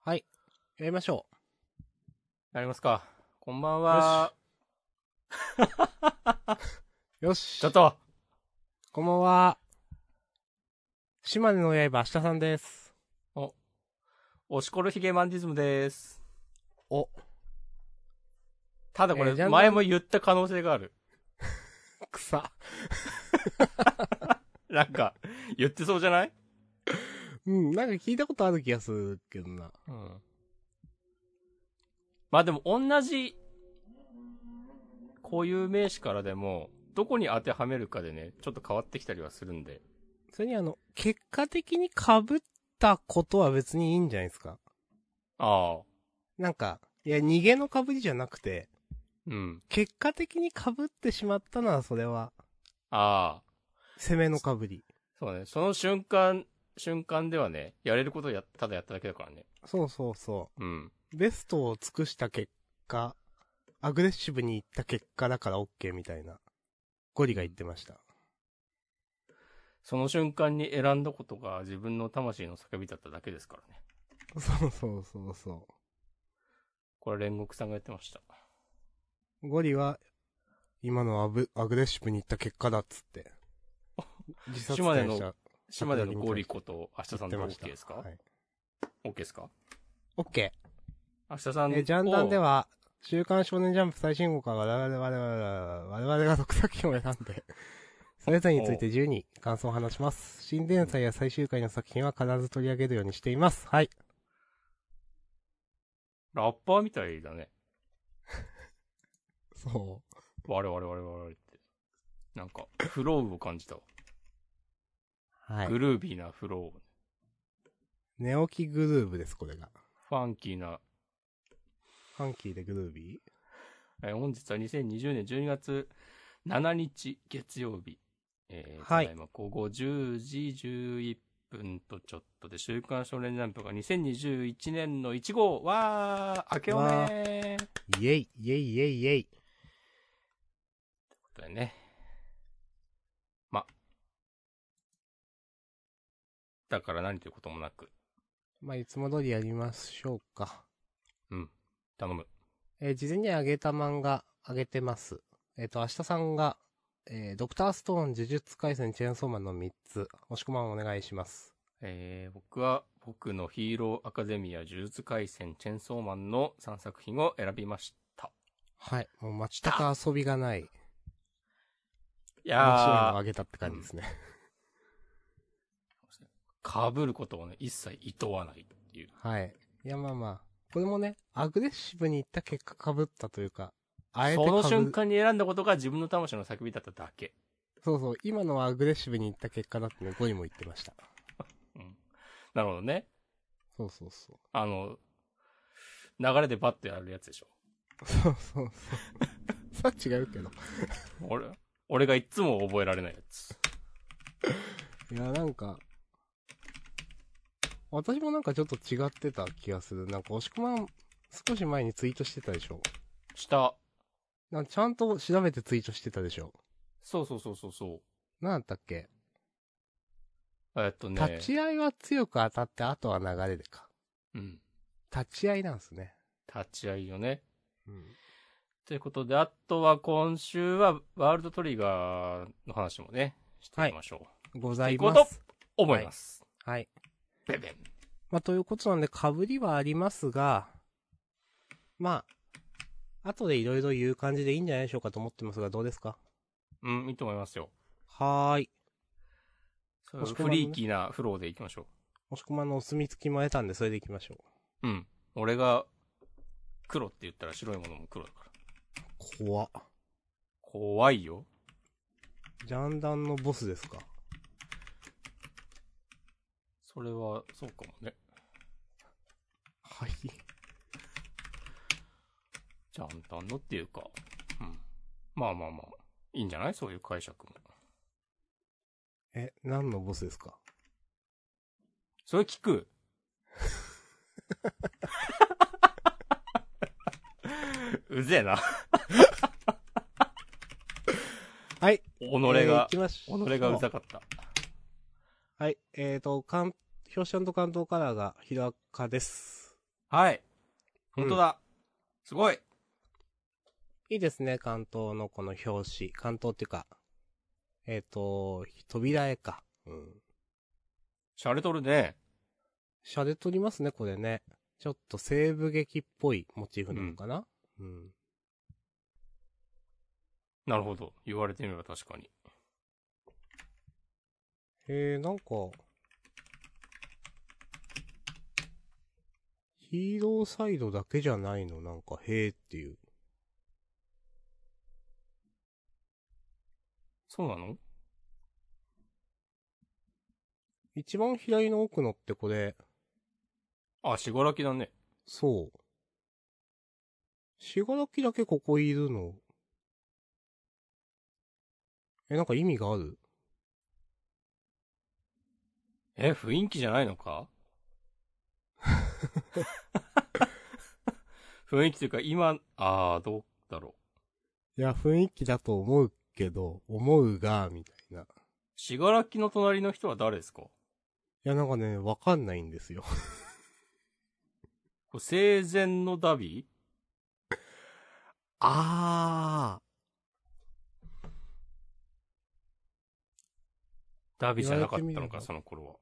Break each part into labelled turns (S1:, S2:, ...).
S1: はい。やりましょ
S2: やりますか。こんばんは。
S1: う。よし。
S2: ちょっと、
S1: こんばんは。島根の刃、明日さんです。
S2: おしこるひげマンディズムです。
S1: お。
S2: ただこ
S1: えー
S2: れ、
S1: ジャンル
S2: 前も言った可能性がある。
S1: 草。
S2: なんか、言ってそうじゃない
S1: うん、なんか聞いたことある気がするけどな。
S2: うん。まあでも、同じ、固有名詞からでも、どこに当てはめるかでね、ちょっと変わってきたりはするんで。
S1: それにあの、結果的に被ったことは別にいいんじゃないですか。
S2: ああ。
S1: なんか、いや、逃げの被りじゃなくて、
S2: うん。
S1: 結果的に被ってしまったのはそれは、
S2: ああ。
S1: 攻めの被り。
S2: そうね。その瞬間、瞬間ではね、やれることをや、ただやっただけだからね。
S1: そうそうそ
S2: うん。
S1: う。ベストを尽くした結果、アグレッシブにいった結果だから OK みたいな、ゴリが言ってました。
S2: その瞬間に選んだことが自分の魂の叫びだっただけですからね。
S1: そうそうそうそ
S2: これ煉獄さんがやってました。
S1: う。ゴリは、今のアブアグレッシブにいった結果だっつって。自殺
S2: 島根
S1: 対
S2: の
S1: した
S2: 島根のゴリこと明日さんと OK ですか、
S1: はい
S2: ?OK ですか
S1: オッケ
S2: 明日さん
S1: ー。
S2: を
S1: えージャンダンでは、週刊少年ジャンプ最新号から我々、我々、我々我々が6作品を選んで、それぞれについて自由に感想を話します。新連載や最終回の作品は必ず取り上げるようにしています。はい。
S2: ラッパーみたいだね。
S1: そう。
S2: 我々我々我々って。なんか、フローを感じたわ。
S1: はい
S2: グ。ルービーなフローをね。
S1: 寝起きグルーブです、これが。
S2: ファンキーな。
S1: ファンキーでグルービー
S2: えー本日は2020年12月7日月曜日。えー、
S1: はい
S2: ただま午後10時11分とちょっとで、週刊少年ジャンプが2021年の1号。わー、明けおめ
S1: わ
S2: ーという
S1: イェイ、イェイイェイイェイ。
S2: ことでね。ま。だから何ということもなく、
S1: まあ、いつも通りやりましょうか。
S2: 頼む。
S1: えー事前にあげた漫画、あげてます。えっ、と、明日さんが、えードクターストーン、呪術回戦、チェーンソーマンの3つ、もしくはお願いします。
S2: えー僕は僕のヒーローアカデミア呪術廻戦チェンソーマンの3作品を選びました。
S1: はい。もう全く遊びがない、面
S2: い
S1: 白い
S2: や
S1: のをあげたって感じですね。
S2: ー、被ることをね、一切厭わないっていう。
S1: はい。いや、まあまあ。これもね、アグレッシブにいった結果被ったというか、あえて
S2: そ
S1: 被る
S2: の瞬間に選んだことが自分の魂の叫びだっただけ。
S1: そうそう、今のはアグレッシブにいった結果だってね、ゴリも言ってました。
S2: うん。なるほどね。
S1: そうそうそう。
S2: あの、流れでバッとやるやつでしょ。
S1: そうそうそう。さあ違うけど。
S2: 俺、俺がいっつも覚えられないやつ。
S1: いや、なんか、私もなんかちょっと違ってた気がする。なんか、押し込まん、少し前にツイートしてたでしょ。
S2: 下。
S1: なんかちゃんと調べてツイートしてたでしょ。
S2: そうそうそうそうそ
S1: なんだったっけ、
S2: う。えっとね。
S1: 立ち合いは強く当たって、あとは流れでか。
S2: うん。
S1: 立ち合いなんですね。
S2: 立ち合いよね。
S1: うん。
S2: ということで、あとは今週はワールドトリガーの話もね、していきましょう。
S1: ござい
S2: という
S1: ま
S2: こと
S1: す。
S2: 思います。
S1: はい。
S2: ベベン。
S1: まあ、ということなんで、被りはありますが、まあ、後でいろいろ言う感じでいいんじゃないでしょうかと思ってますが、どうですか
S2: うん、いいと思いますよ。
S1: はーい。
S2: そう
S1: もしくは
S2: フ
S1: ね
S2: リーキーなフローでいきましょ
S1: 押し込まんのお墨付きも得たんで、それで行きましょう。
S2: う。うん。俺が、黒って言ったら白いものも黒だから。
S1: 怖っ。
S2: 怖いよ。
S1: ジャンダンのボスですか
S2: それは、そうかもね。
S1: はい。
S2: ちゃんとあんのっていうか。うん。まあまあまあ。いいんじゃないそういう解釈も。
S1: え、何のボスですか
S2: それ 聞くうぜえな。
S1: はい。
S2: 己
S1: えー行
S2: が
S1: き、ましょ
S2: 己がうざかった。
S1: はい。えっ、ー、と、関、表紙関東カラーが平岡です。
S2: はい。
S1: うん
S2: 本当だ。すごい。
S1: いいですね、関東のこの表紙。関東っていうか、えっ、と、扉絵か。うん。
S2: シャレとるね。
S1: シャレとりますね、これね。ちょっと西部劇っぽいモチーフなのかな、うん、
S2: なるほど。言われてみれば確かに。
S1: えー、なんか、ヒーローサイドだけじゃないの、なんか、へーっていう。
S2: そうなの
S1: 一番左の奥のってこれ、
S2: あ、しがらきだね。
S1: そう。しがらきだけここいるの。え、なんか意味がある
S2: え、雰囲気じゃないの か雰囲気というか、今、あー、どうだろう。
S1: いや、雰囲気だと思うけど、思うが、みたいな。い
S2: しがらきの隣の人は誰ですか
S1: や、なんかね、わかんないんですよ。
S2: これ生前のダビ
S1: あ
S2: ダビじゃなかっ
S1: 言われて
S2: たの
S1: みれば
S2: か、その頃は。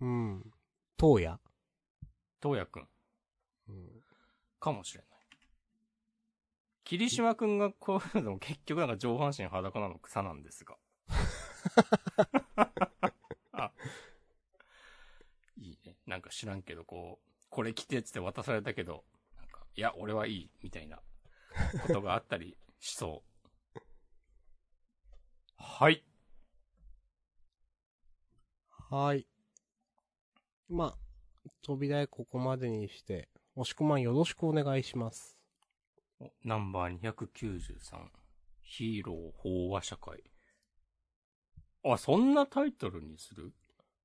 S1: ー。うん。東野
S2: 東也くん。
S1: うん。
S2: かもしれない。霧島くんがこういうのも結局なんか上半身裸なの草なんです が。あいいね。なんか知らんけど、こう、これ着てっつって渡されたけど、なんか、いや、俺はいい、みたいなことがあったりしそう。 はい。
S1: はーい。まあ、扉へここまでにして、押し込まんよろしくお願いします。
S2: おナンバー293。ヒーロー飽和社会。あ、そんなタイトルにする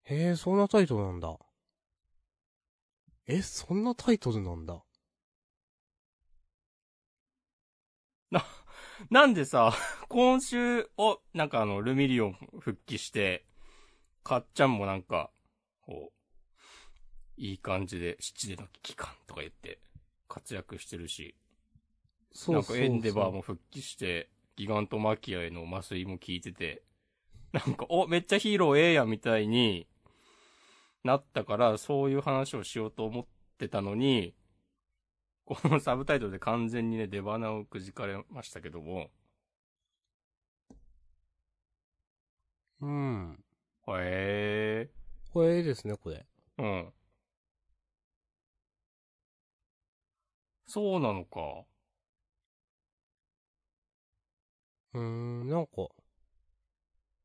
S1: へえ、そんなタイトルなんだ。え、そんなタイトルなんだ。
S2: なんでさ、 今週、お、なんかあの、ルミリオン復帰して、かっちゃんもなんか、こう、いい感じで、七での期間とか言って、活躍してるし、
S1: そうそうそう。
S2: なんかエンデバーも復帰して、ギガントマキアへの麻酔も効いてて、なんか、お、めっちゃヒーローええやんみたいになったから、そういう話をしようと思ってたのに、このサブタイトルで完全にね、出花をくじかれましたけども、
S1: うん。
S2: へえ。
S1: これいいですね、これ。
S2: うん。そうなのか。
S1: うーん、なんか、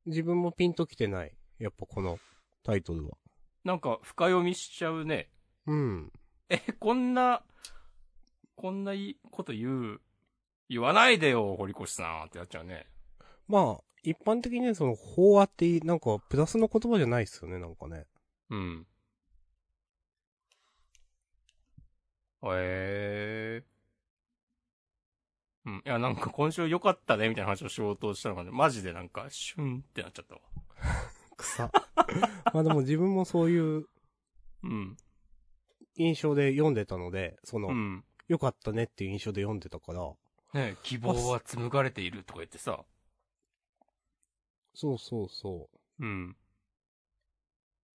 S1: 自分もピンときてない。やっぱこのタイトルは。
S2: なんか、深読みしちゃうね。
S1: うん。
S2: え、こんな、こんないいこと言う、言わないでよ、堀越さんってなっちゃうね。
S1: まあ、一般的にね、その、法話って、なんか、プラスの言葉じゃないっすよね、なんかね。
S2: うん。へえ。うん。いや、なんか今週良かったね、みたいな話をしようとしたのがね、マジでなんか、シュンってなっちゃったわ。
S1: 草。まあでも自分もそういう
S2: うん。
S1: 印象で読んでたので、その、
S2: うん。
S1: 良かったねっていう印象で読んでたから、
S2: ね、希望は紡がれているとか言ってさ。
S1: そうそうそ
S2: うん。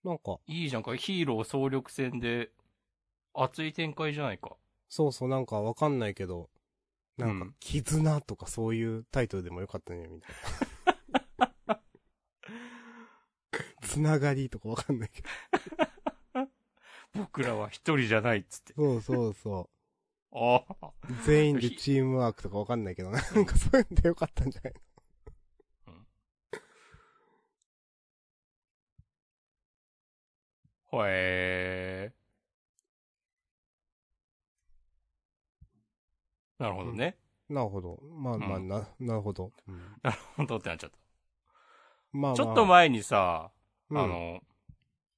S1: う。なんか、
S2: いいじゃんか、ヒーロー総力戦で、熱い展開じゃないか。
S1: そうそう、なんかわかんないけど、なん
S2: う
S1: か
S2: ん、
S1: 絆とかそういうタイトルでもよかったね、みたい な。つながりとかわかんない けど。
S2: 僕らは一人じゃないっつって。
S1: そうそうそ
S2: ああ。
S1: う。全員でチームワークとかわかんないけど、なんかそういうんでよかったんじゃない
S2: ほえー。なるほどね。
S1: なるほど。まあまあ、
S2: うん
S1: な、なるほど。
S2: なるほどってなっちゃっ
S1: まあ、まあ、
S2: た。ちょっと前にさ、
S1: うん
S2: あの、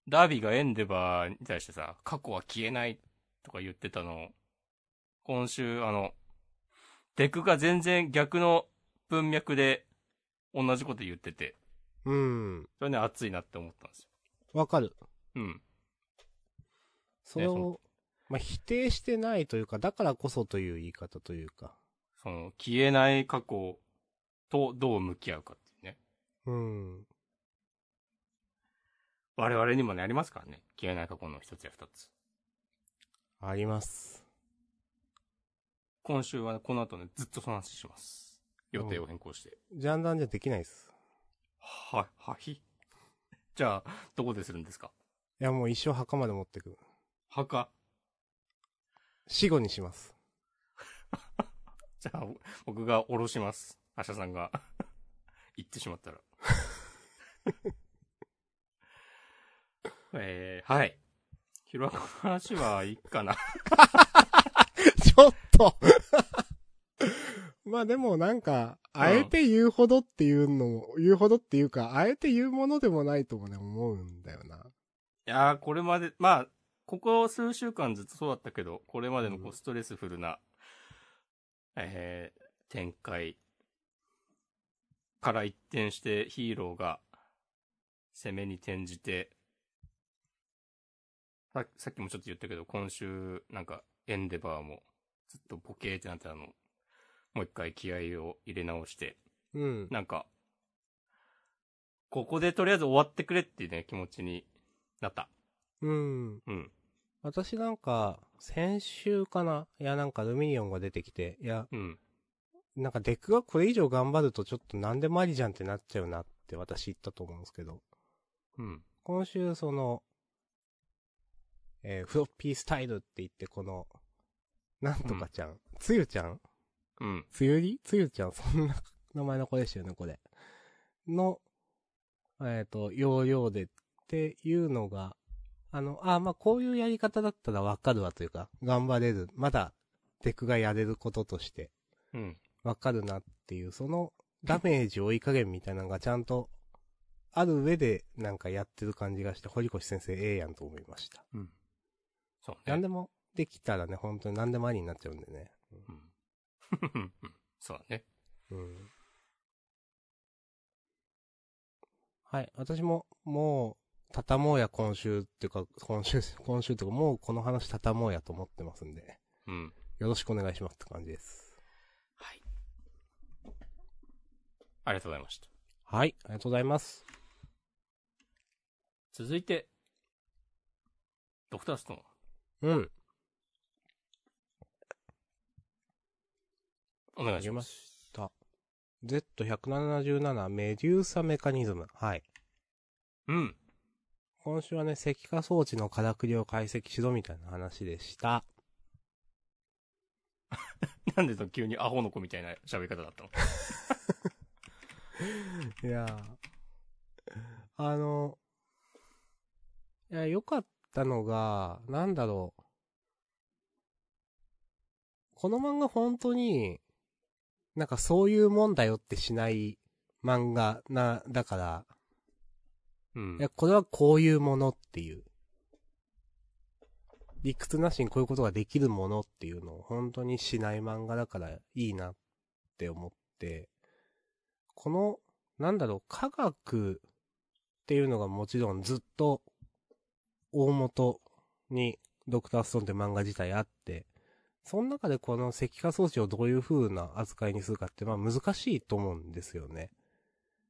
S2: ダービーがエンデバーに対してさ、過去は消えないとか言ってたのを、今週、あの、デクが全然逆の文脈で同じこと言ってて、
S1: うん。
S2: それね、熱いなって思ったんですよ。
S1: わかる。
S2: うん。
S1: それ
S2: ね
S1: を、まあ、否定してないというか、だからこそという言い方というか。
S2: その、消えない過去とどう向き合うかっていうね。
S1: うん。
S2: 我々にもね、ありますからね。消えない過去の一つや二つ。
S1: あります。
S2: 今週はね、この後ね、ずっとその話します。予定を変更して。
S1: ジャンダンじゃできないです。
S2: はい、はい。 じゃあ、どこでするんですか
S1: いや、もう一生墓まで持ってく。
S2: 墓。
S1: 死後にします。
S2: じゃあ、僕が下ろします。アシャさんが。 行ってしまったら。えー、はい。ヒロアカの話はいいかな。
S1: ちょっと まあでもなんか、あえて言うほどっていうのも、言うほどっていうか、あえて言うものでもないともね、思うんだよな。
S2: いやー、これまで、まあ、ここ数週間ずっとそうだったけど、これまでのこ
S1: う
S2: うんストレスフルな、えー、展開から一転してヒーローが攻めに転じて、ささっきもちょっと言ったけど、今週、なんか、エンデバーもずっとボケーってなってたの、もう一回気合を入れ直して、
S1: うん。
S2: なんか、ここでとりあえず終わってくれっていうね、気持ちになった。
S1: うん。
S2: うん。
S1: 私なんか、先週かないや、なんかルミニオンが出てきて、いや、
S2: うん。
S1: なんかデックがこれ以上頑張るとちょっと何でもありじゃんってなっちゃうなって私言ったと思うんですけど、
S2: うん。
S1: 今週その、えーフロッピースタイルって言ってこの、なんとかちゃん、つゆちゃん
S2: うん。
S1: つゆりつゆちゃん、そんな名前の子でしたよね、これ。の、えっ、と、要領でっていうのが、あの、あまあ、こういうやり方だったらわかるわというか、頑張れる。まだ、デクがやれることとして、
S2: うん。
S1: わかるなっていう、その、ダメージ追い加減みたいなのがちゃんと、ある上で、なんかやってる感じがして、堀越先生ええやんと思いました。
S2: うん。そう
S1: 何
S2: ね。
S1: でもできたらね、本当に何でもありになっちゃうんでね。
S2: うんそうだね。
S1: うんはい。私も、もう、畳もうや今週っていうか、今週、 今週っていうか、もうこの話畳もうやと思ってますんで、
S2: うん。
S1: よろしくお願いしますって感じです。
S2: はい。ありがとうございました。
S1: はい。ありがとうございます。
S2: 続いて、ドクターストーン。
S1: うん。
S2: お願
S1: あ
S2: いし
S1: げ
S2: ま。
S1: ますした。Z177 メデューサメカニズム。はい。
S2: うん。
S1: 今週はね、石化装置のからくりを解析しろみたいな話でした。
S2: なんでその急にアホの子みたいな喋り方だったの
S1: いやーあの、いや、良かったのが、なんだろう。この漫画本当に、なんかそういうもんだよってしない漫画な、だから、
S2: うん
S1: いや、これはこういうものっていう。理屈なしにこういうことができるものっていうのを本当にしない漫画だからいいなって思って、この、なんだろう、科学っていうのがもちろんずっと大元にドクターストーンって漫画自体あって、その中でこの石化装置をどういう風な扱いにするかってまあ難しいと思うんですよね。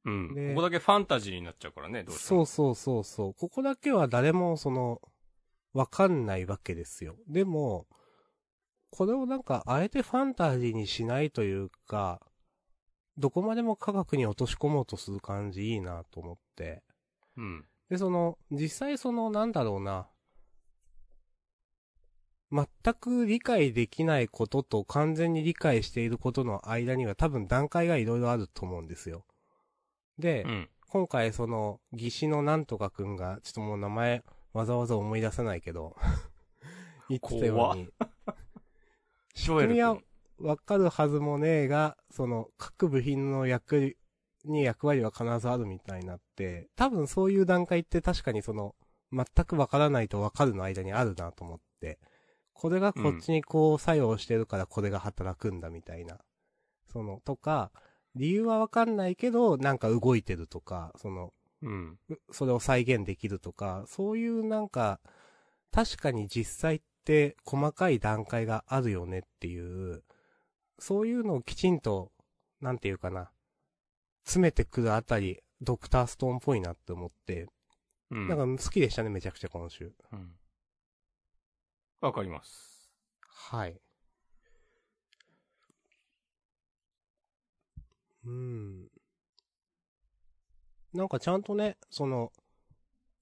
S2: うん。
S1: で
S2: ここだけファンタジーになっちゃうからね、どうして
S1: そ
S2: も。
S1: うそうそうそう。ここだけは誰もその、わかんないわけですよ。でも、これをなんか、あえてファンタジーにしないというか、どこまでも科学に落とし込もうとする感じいいなと思って。
S2: うん。
S1: で、その、実際その、なんだろうな。全く理解できないことと完全に理解していることの間には多分段階がいろいろあると思うんですよ。で、
S2: うん。
S1: 今回その、義士のなんとかくんが、ちょっともう名前、わざわざ思い出せないけど、言ってたように、
S2: ショエル
S1: 君は
S2: 君。
S1: わかるはずもねえが、その、各部品の役に役割は必ずあるみたいになって、多分そういう段階って確かにその、全くわからないとわかるの間にあるなと思って、これがこっちにこう作用してるからこれが働くんだみたいな。その、とか、理由はわかんないけど、なんか動いてるとか、その、
S2: うん。
S1: それを再現できるとか、そういうなんか、確かに実際っって細かい段階があるよねっていう、そういうのをきちんと、なんていうかな、詰めてくるあたり、ドクターストーンっぽいなって思って、
S2: うん。
S1: なんか好きでしたね、めちゃくちゃ今週。
S2: うん。わかります。
S1: はい。うん。なんかちゃんとね、その、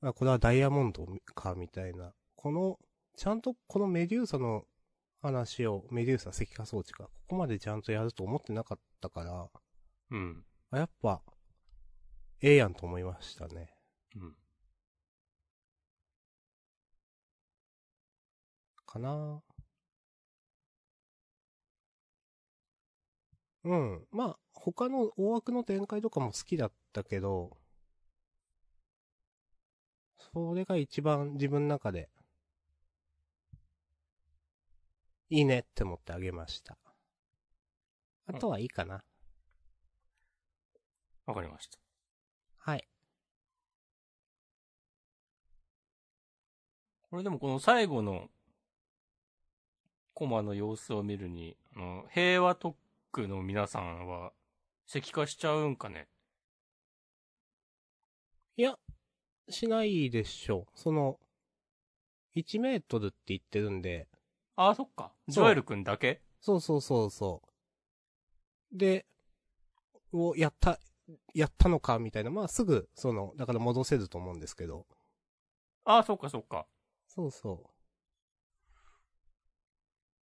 S1: あ、これはダイヤモンドか、みたいな。この、ちゃんとこのメデューサの話を、メデューサ石化装置か、ここまでちゃんとやると思ってなかったから、
S2: うん。
S1: あやっぱ、ええやんと思いましたね。
S2: うん。
S1: かなうん。まあ、他の大枠の展開とかも好きだったけど、それが一番自分の中で、いいねって思ってあげました。あとはいいかな。
S2: わかりました。
S1: はい。
S2: これでもこの最後のコマの様子を見るに、あの、平和特区の皆さんは石化しちゃうんかね。
S1: いや、しないでしょう。その、1メートルって言ってるんで、
S2: ああ、そっか。ジョエル君だけ
S1: そうそうそうそう。で、をやった、やったのか、みたいな。まあ、すぐ、その、だから戻せると思うんですけど。
S2: ああ、そっかそっか。
S1: そうそ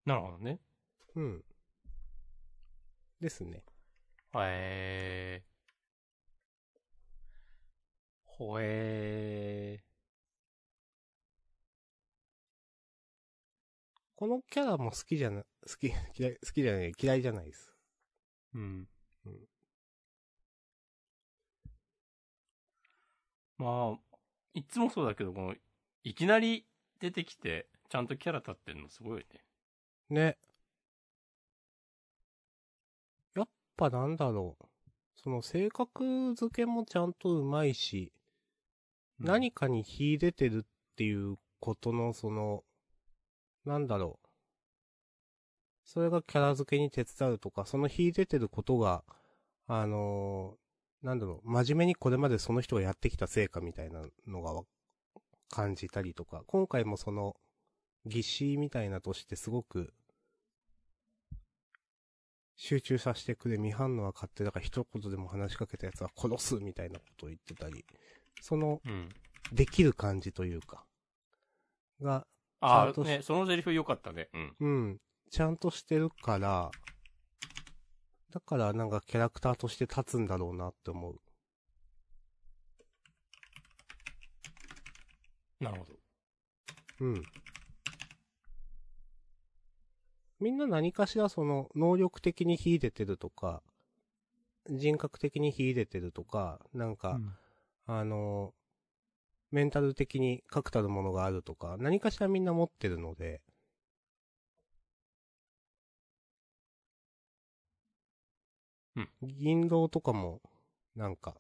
S2: なるほどね。
S1: う。うん。ですね。
S2: へえ。ほえ
S1: このキャラも好きじゃな、好き、嫌い、好きじゃない、嫌いじゃないです。
S2: ー。うん。まあ、いつもそうだけど、この、いきなり出てきて、ちゃんとキャラ立ってんのすごいね。
S1: ね。やっぱなんだろう。その性格付けもちゃんとうまいし、何かに秀でてるっていうことの、その、なんだろう。それがキャラ付けに手伝うとか、その秀でてることが、あのーなんだろう、真面目にこれまでその人がやってきた成果みたいなのがわ感じたりとか、今回もその、義士みたいなとしてすごく、集中させてくれ、未反応は勝手だから一言でも話しかけたやつは殺すみたいなことを言ってたり、その、
S2: うん。
S1: できる感じというか、が、ちゃ
S2: あ
S1: ん
S2: あ、
S1: とし
S2: ね、そのセリフ良かったね。うん。
S1: うん、ちゃんとしてるから、だからなんかキャラクターとして立つんだろうなって思う。
S2: なるほど。
S1: うん。みんな何かしらその、能力的に秀でてるとか、人格的に秀でてるとか、なんか、あの、メンタル的に確たるものがあるとか、何かしらみんな持ってるので、
S2: うん
S1: 銀狼とかも、なんか、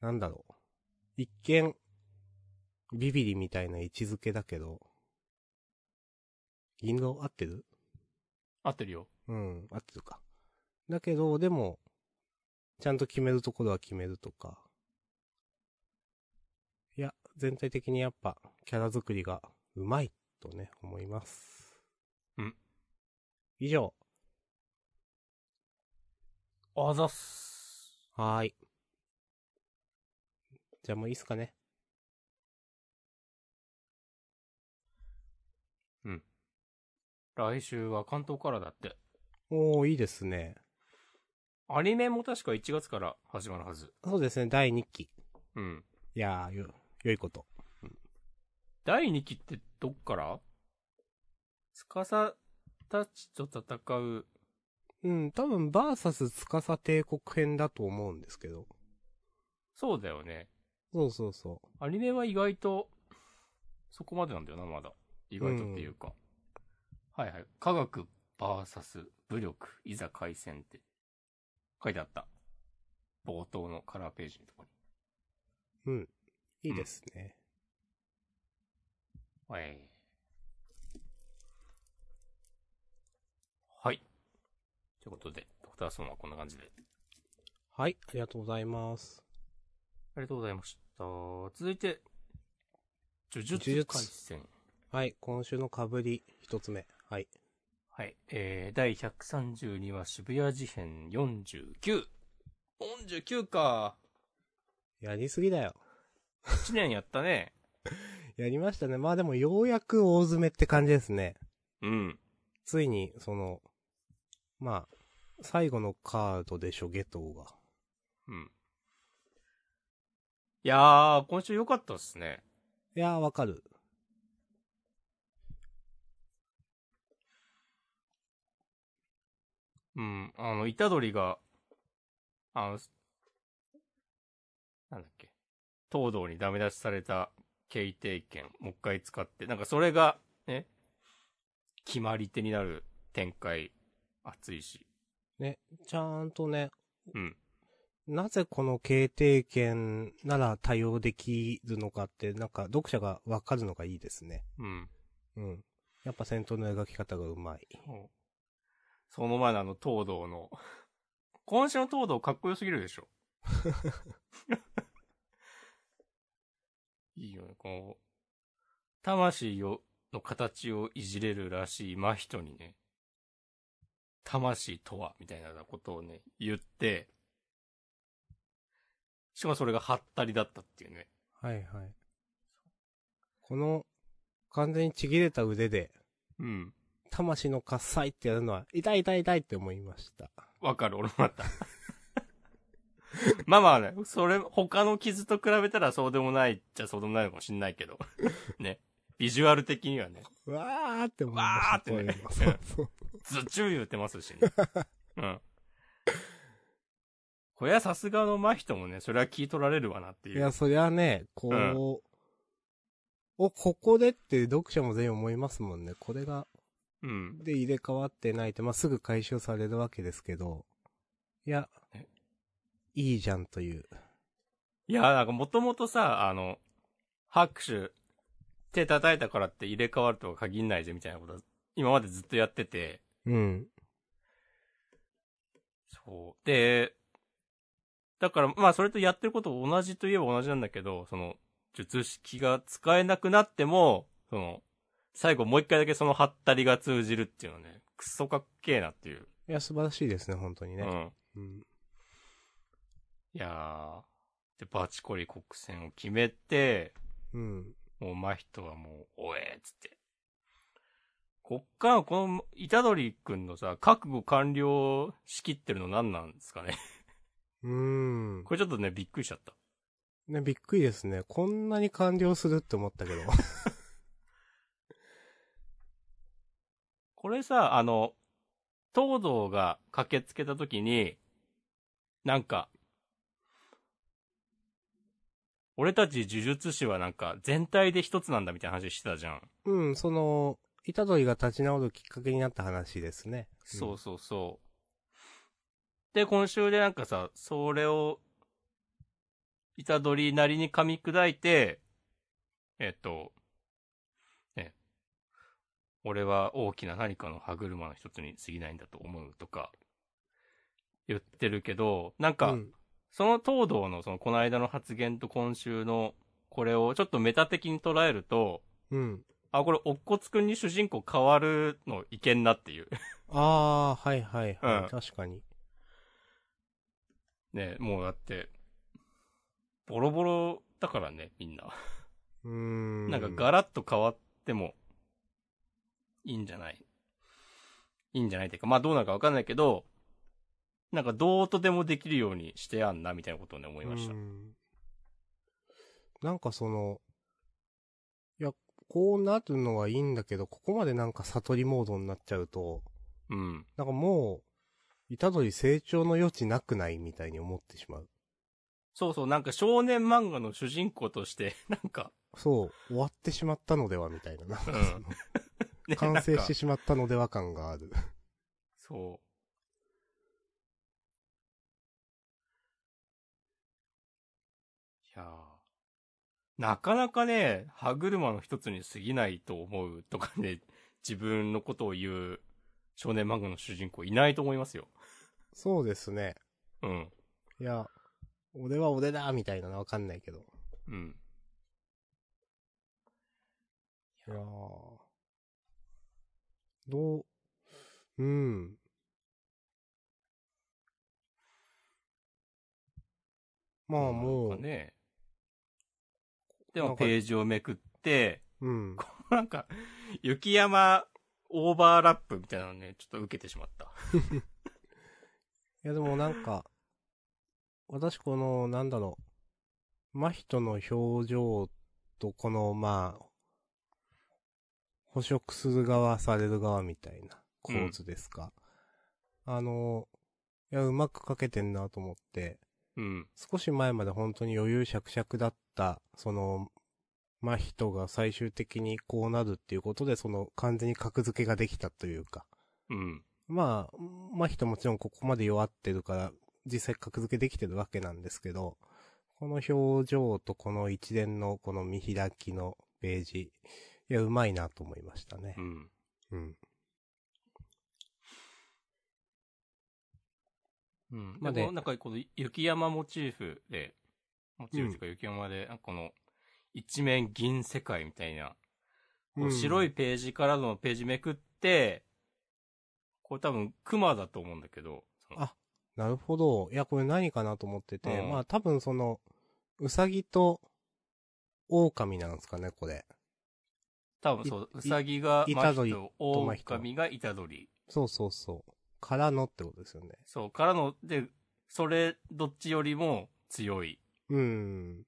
S1: なんだろう。一見、ビビリみたいな位置づけだけど、銀狼合ってる
S2: 合ってるよ。
S1: うん、合ってるか。だけど、でも、ちゃんと決めるところは決めるとか。いや、全体的にやっぱ、キャラ作りがうまい、とね、思います。
S2: うん。
S1: 以上。
S2: あざっす。
S1: はーい。じゃあもういいっすかね。
S2: 来週は関東からだって。
S1: おー、いいですね。
S2: アニメも確か1月から始まるはず。
S1: そうですね、第2期。
S2: うん。
S1: いやー、よ、良いこと。
S2: 第2期ってどっから司たちと戦う。
S1: うん、多分、バーサス司帝国編だと思うんですけど。
S2: そうだよね。
S1: そうそうそう。
S2: アニメは意外と、そこまでなんだよな、まだ。意外とっていうか。はいはい。科学 VS 武力、いざ開戦って書いてあった。冒頭のカラーページのとこ
S1: いいですね。
S2: ろに。ええということで、ドクターソンはこんな感じで。
S1: はい、ありがとうございます。
S2: ありがとうございました。続いて、呪術廻戦。
S1: はい、今週のかぶり、一つ目。はい。
S2: はい。えー、第132話渋谷事変49。49か。
S1: やりすぎだよ。
S2: 1年やったね。
S1: やりましたね。まあでも、ようやく大詰めって感じですね。
S2: うん。
S1: ついに、その、まあ、最後のカードでしょ、ゲトウが。
S2: うん。いやー、今週良かったっすね。
S1: いやー、わかる。
S2: うん。あの、虎取が、あの、なんだっけ。東堂にダメ出しされた経定権、もう一回使って、なんかそれが、ね、決まり手になる展開、熱いし。
S1: ちゃんとね、
S2: うん。
S1: なぜこの経定権なら対応できるのかって、なんか読者がわかるのがいいですね。
S2: うん。
S1: うん。やっぱ戦闘の描き方がうまい。
S2: そうその前のあの、東堂の、今週の東堂かっこよすぎるでしょ。 いいよね、こう、魂を、の形をいじれるらしい真人にね、魂とは、みたいなことをね、言って、しかもそれがハッタリだったっていうね。
S1: はいはい。この、完全にちぎれた腕で、
S2: うん。
S1: 魂の喝采ってやるのは、痛い痛い痛いって思いました。
S2: わかる、俺もだった。まあまあね、それ、他の傷と比べたらそうでもないっちゃそうでもないのかもしんないけど。ね。ビジュアル的にはね、
S1: うわーって思いました。
S2: わーってね
S1: こういうのそう
S2: ずっちゅう言ってますしね。うん。これはさすがの真人もね、それは聞い取られるわなっ
S1: そ
S2: て
S1: う。
S2: い。
S1: いうや、そりゃね、こう、
S2: うん
S1: お、ここでって読者も全員思いますもんね。これが、
S2: うん。
S1: で入れ替わってないって、まあ、すぐ回収されるわけですけど、いや
S2: え、
S1: いいじゃんという。
S2: いや、なんかもともとさ、あの、拍手、手叩いたからって入れ替わるとは限んないぜみたいなことは、今までずっとやってて、
S1: うん。
S2: そう。で、だから、まあ、それとやってること同じといえば同じなんだけど、その、術式が使えなくなっても、その、最後もう一回だけそのハッタリが通じるっていうのはね、クソかっけえなっていう。
S1: いや、素晴らしいですね、本当に
S2: う
S1: ね。
S2: ん。
S1: うん。
S2: いやー。で、バチコリ国戦を決めて、
S1: うん。
S2: もう真人はもう、おえーっつって。こっからこの、虎取くんのさ、覚悟完了しきってるの何なんですかね。
S1: うん。
S2: これちょっとね、びっくりしちゃった。
S1: ね、びっくりですね。こんなに完了するって思ったけど。
S2: これさ、あの、東堂が駆けつけたときに、なんか、俺たち呪術師はなんか全体で一つなんだみたいな話してたじゃん。
S1: うん、その、イタドリが立ち直るきっかけになった話ですね。
S2: そうそうそう。で、今週でなんかさ、それを、いたどりなりに噛み砕いて、えっと、ね、俺は大きな何かの歯車の一つに過ぎないんだと思うとか、言ってるけど、なん
S1: う
S2: か、
S1: ん。
S2: その東堂のそのこの間の発言と今週のこれをちょっとメタ的に捉えると、
S1: うん。
S2: あ、これ、乙骨くんに主人公変わるのいけんなっていう。
S1: あー、はいはいはい。
S2: うん
S1: 確かに。
S2: ね、もうだって、ボロボロだからね、みんな。
S1: うーん。
S2: なんかガラッと変わっても、いいんじゃないいいんじゃないっていうか、まあどうなるかわかんないけど、なんかどうとでもできるようにしてやんな、みたいなことをね、思いました
S1: う。んなんかその、いや、こうなるのはいいんだけど、ここまでなんか悟りモードになっちゃうと、
S2: うん。
S1: なんかもう、イタドリ成長の余地なくないみたいに思ってしまう。
S2: そうそう、なんか少年漫画の主人公として、なんか、
S1: そう、終わってしまったのではみたいな。なんかその
S2: うん ね、
S1: 完成し
S2: なんか
S1: てしまったのでは感がある。
S2: そう。いやーなかなかね、 歯車の一つに過ぎないと思うとかね、自分のことを言う少年漫画の主人公いないと思いますよ。
S1: そうですね。
S2: うん。
S1: いや、俺は俺だみたいなのわかんないけど。
S2: うん。
S1: いやーどう、うん。まあも
S2: な
S1: う、
S2: んかね。で
S1: な
S2: も
S1: んか
S2: ページをめくって、
S1: うん。
S2: なんか、雪山オーバーラップみたいなのね、ちょっと受けてしまった。
S1: いやでもなんか、私この、なんだろう、真人の表情とこの、まあ、捕食する側、される側みたいな構図ですか。あの、いや、うまく描けてんなと思って、
S2: うん。
S1: 少し前まで本当に余裕しゃくしゃくだった、その、真人が最終的にこうなるっていうことで、その完全に格付けができたというか。
S2: うん。
S1: まあ、まあ人もちろんここまで弱ってるから、実際格付けできてるわけなんですけど、この表情とこの一連のこの見開きのページ、いや、うまいなと思いましたね
S2: う。ん。
S1: うん。
S2: うん。
S1: まあ
S2: でも
S1: で
S2: なんかこの雪山モチーフで、モチーフというか雪山で、なんかこの、一面銀世界みたいな、こう白い。ページからのページめくって、これ多分熊だと思うんだけど、その
S1: あなるほど。いや、これ何かなと思ってて、
S2: うん
S1: まあ多分その、うさぎと、狼なんですかね、これ。
S2: 多分そう、
S1: いう
S2: さぎが
S1: い
S2: 真
S1: 虎杖
S2: 人、
S1: と真人
S2: 狼がイタドリ。
S1: そうそうそう。からのってことですよね。
S2: そう、からの、で、それ、どっちよりも強い
S1: うん。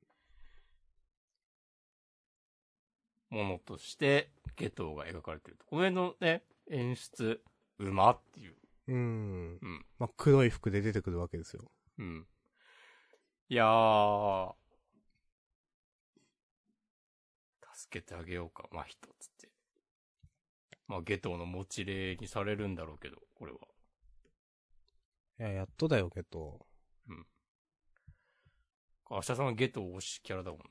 S2: ものとして、ゲトウが描かれてると。この辺のね、演出、馬っていう。
S1: うん。
S2: うん。
S1: まあ黒い服で出てくるわけですよ。
S2: うん。いやー。助けてあげようか、真人、つって。まあ、ゲトウの持ち礼にされるんだろうけど、これは。
S1: いや、やっとだよ、けど。
S2: 明日さんはゲトウ推しキャラだもんね。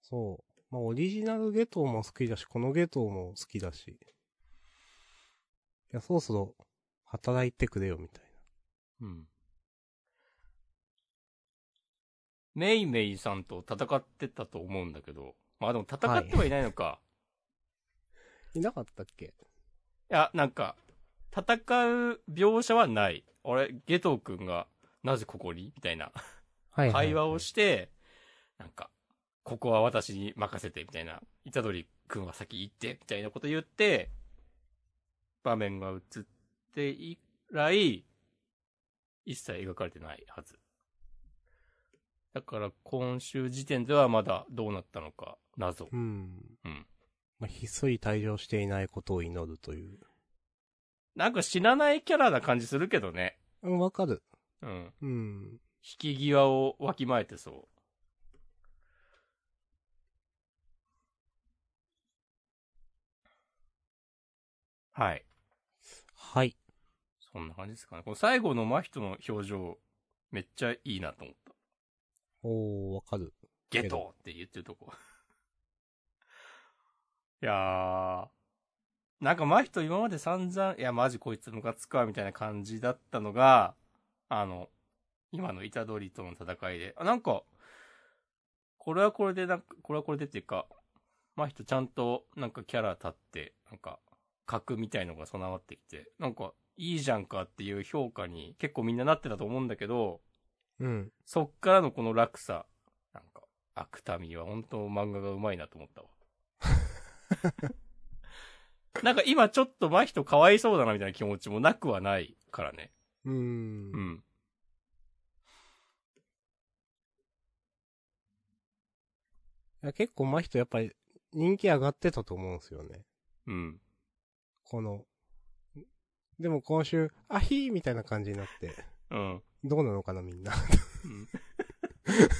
S1: そう。まあ、オリジナルゲトウも好きだし、このゲトウも好きだし。いや、そろそろ、働いてくれよ、みたい
S2: うん。メイメイさんと戦ってたと思うんだけど、まあでも戦ってはいないのか。
S1: な。いなかったっけ
S2: い、や、なんか、戦う描写はない。あれ、ゲトウ君が、なぜここにみたいな
S1: は
S2: 会話をして、なんか、ここは私に任せて、みたいな。イタドリ君は先行って、みたいなこと言って、場面が映って以来、一切描かれてないはず。だから今週時点ではまだどうなったのか、謎。
S1: うん。
S2: うん。
S1: まあ、ひっそり退場していないことを祈るという。
S2: なんか知らないキャラな感じするけどね。
S1: うん、わかる。
S2: うん。
S1: うん。
S2: 引き際をわきまえてそう。はい。
S1: はい。
S2: そんな感じですかね。この最後の真人の表情、めっちゃいいなと思った。
S1: おー、わかる。
S2: ゲットって言ってるとこ。 いやー。なんか真人今まで散々、いやマジこいつムカつくわみたいな感じだったのが、あの、今の虎杖との戦いで、あ、なんか、これはこれで、なんか、これはこれでっていうか、真人ちゃんとなんかキャラ立って、なんか、格みたいのが備わってきて、なんか、いいじゃんかっていう評価に結構みんななってたと思うんだけど、
S1: うん。
S2: そっからのこの落差。なんか、芥見は本当漫画がうまいなと思 ったわ。なんか今ちょっと真人かわいそうだなみたいな気持ちもなくはないからね。
S1: うーん
S2: う。ん。
S1: いや結構、ま、人やっぱり、人気上がってたと思うんですよね。
S2: うん。
S1: この、でも今週、アヒーみたいな感じになって、
S2: うん。
S1: どうなのかな、みんな。
S2: うん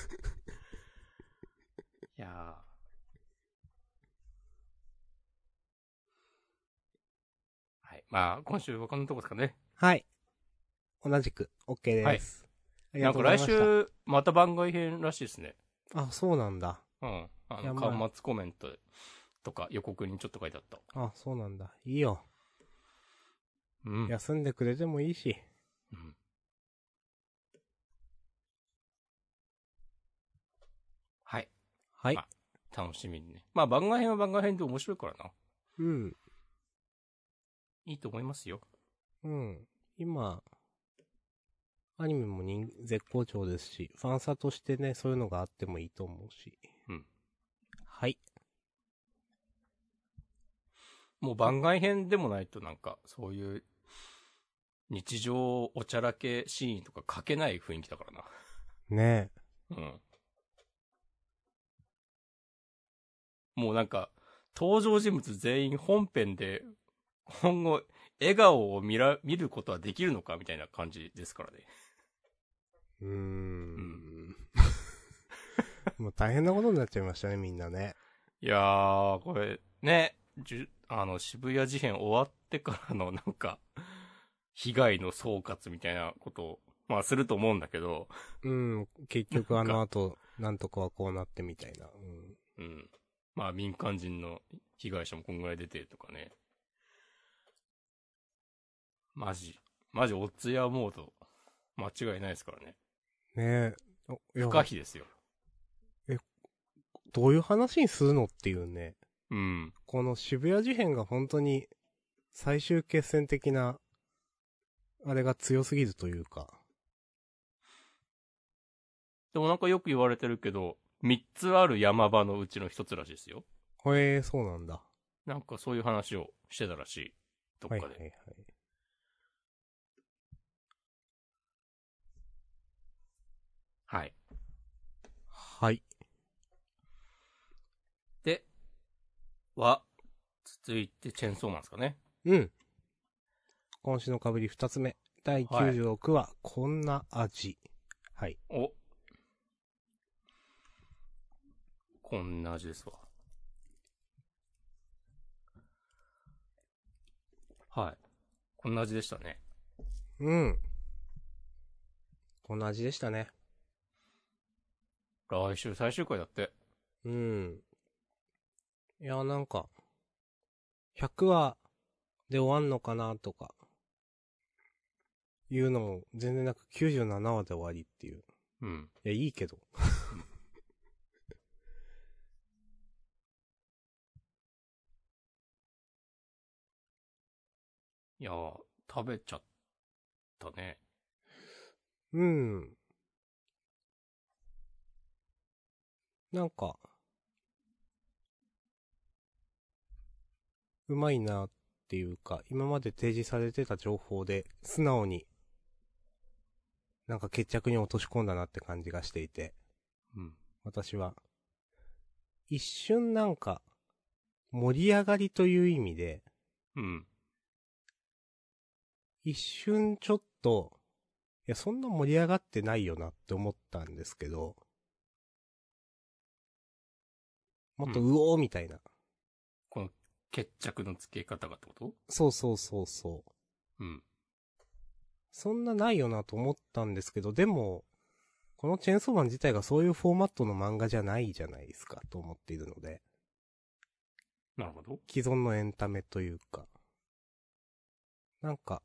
S2: いやー。はい。まあ、今週はこんなとこですかね。
S1: はい。同じく、OK です。あり
S2: な
S1: がと
S2: んか
S1: うござい
S2: 来
S1: ました。
S2: 週、また番外編らしいですね。
S1: あ、そうなんだ。
S2: うん。あ
S1: いや
S2: の、
S1: まあ
S2: 端末コメントとか予告にちょっと書いてあった。
S1: あ、そうなんだ。いいよ。
S2: うん。
S1: 休んでくれてもいいし。
S2: うんはい。
S1: はい
S2: ま。あ楽しみにね。まあ番外編は番外編で面白いからな。
S1: うん。
S2: いいと思いますよ。
S1: うん。今、アニメも人絶好調ですし、ファンサとしてね、そういうのがあってもいいと思うし。
S2: うん。
S1: はい。
S2: もう番外編でもないとなんか、そういう、日常おちゃらけシーンとか書けない雰囲気だからな。
S1: ね
S2: うん。もうなんか、登場人物全員本編で、今後、笑顔を見ら、見ることはできるのかみたいな感じですからね。
S1: え。うーん。 もう大変なことになっちゃいましたね、みんなね。
S2: いやー、これ、ね、じゅ、あの、渋谷事変終わってからのなんか、被害の総括みたいなことを、まあすると思うんだけど、
S1: うん。結局あの後、なんとかはこうなってみたいな。うん。
S2: うん。まあ民間人の被害者もこんぐらい出てとかね。マジ、マジオッズやモード、間違いないですからね。
S1: ねえ。おい
S2: 不
S1: や
S2: 可避ですよ。
S1: どういう話にするのっていうね。
S2: うん。
S1: この渋谷事変が本当に最終決戦的な、あれが強すぎるというか。
S2: でもなんかよく言われてるけど、三つある山場のうちの一つらしいですよ。
S1: へえ、そうなんだ。
S2: なんかそういう話をしてたらしい。どっか
S1: は
S2: で。
S1: いはいはい。
S2: はい。
S1: はい。
S2: で、は、続いてチェーンソーマンですかね。
S1: うん。今週のかぶり二つ目。第96話、こんな味。はい。
S2: お。こんな味ですわ。はい。こんな味でしたね。
S1: うん。こんな味でしたね。
S2: 来週最終回だって。
S1: うん。いや、なんか、100話で終わんのかなとか、いうのも全然なく97話で終わりっていう。
S2: うん。
S1: いや、いいけど。
S2: いやー、食べちゃったね。
S1: うん。なんか、うまいなっていうか、今まで提示されてた情報で、素直に、なんか決着に落とし込んだなって感じがしていて、
S2: うん。
S1: 私は。一瞬なんか、盛り上がりという意味で、
S2: うん。
S1: 一瞬ちょっと、いや、そんな盛り上がってないよなって思ったんですけど、もっと
S2: う
S1: うおーみたいな。
S2: 決着のつけ方がってこと
S1: そうそうそうそう。
S2: うん。
S1: そんなないよなと思ったんですけど、でも、このチェーンソーマン自体がそういうフォーマットの漫画じゃないじゃないですかと思っているので、
S2: なるほど。
S1: 既存のエンタメというか、なんか、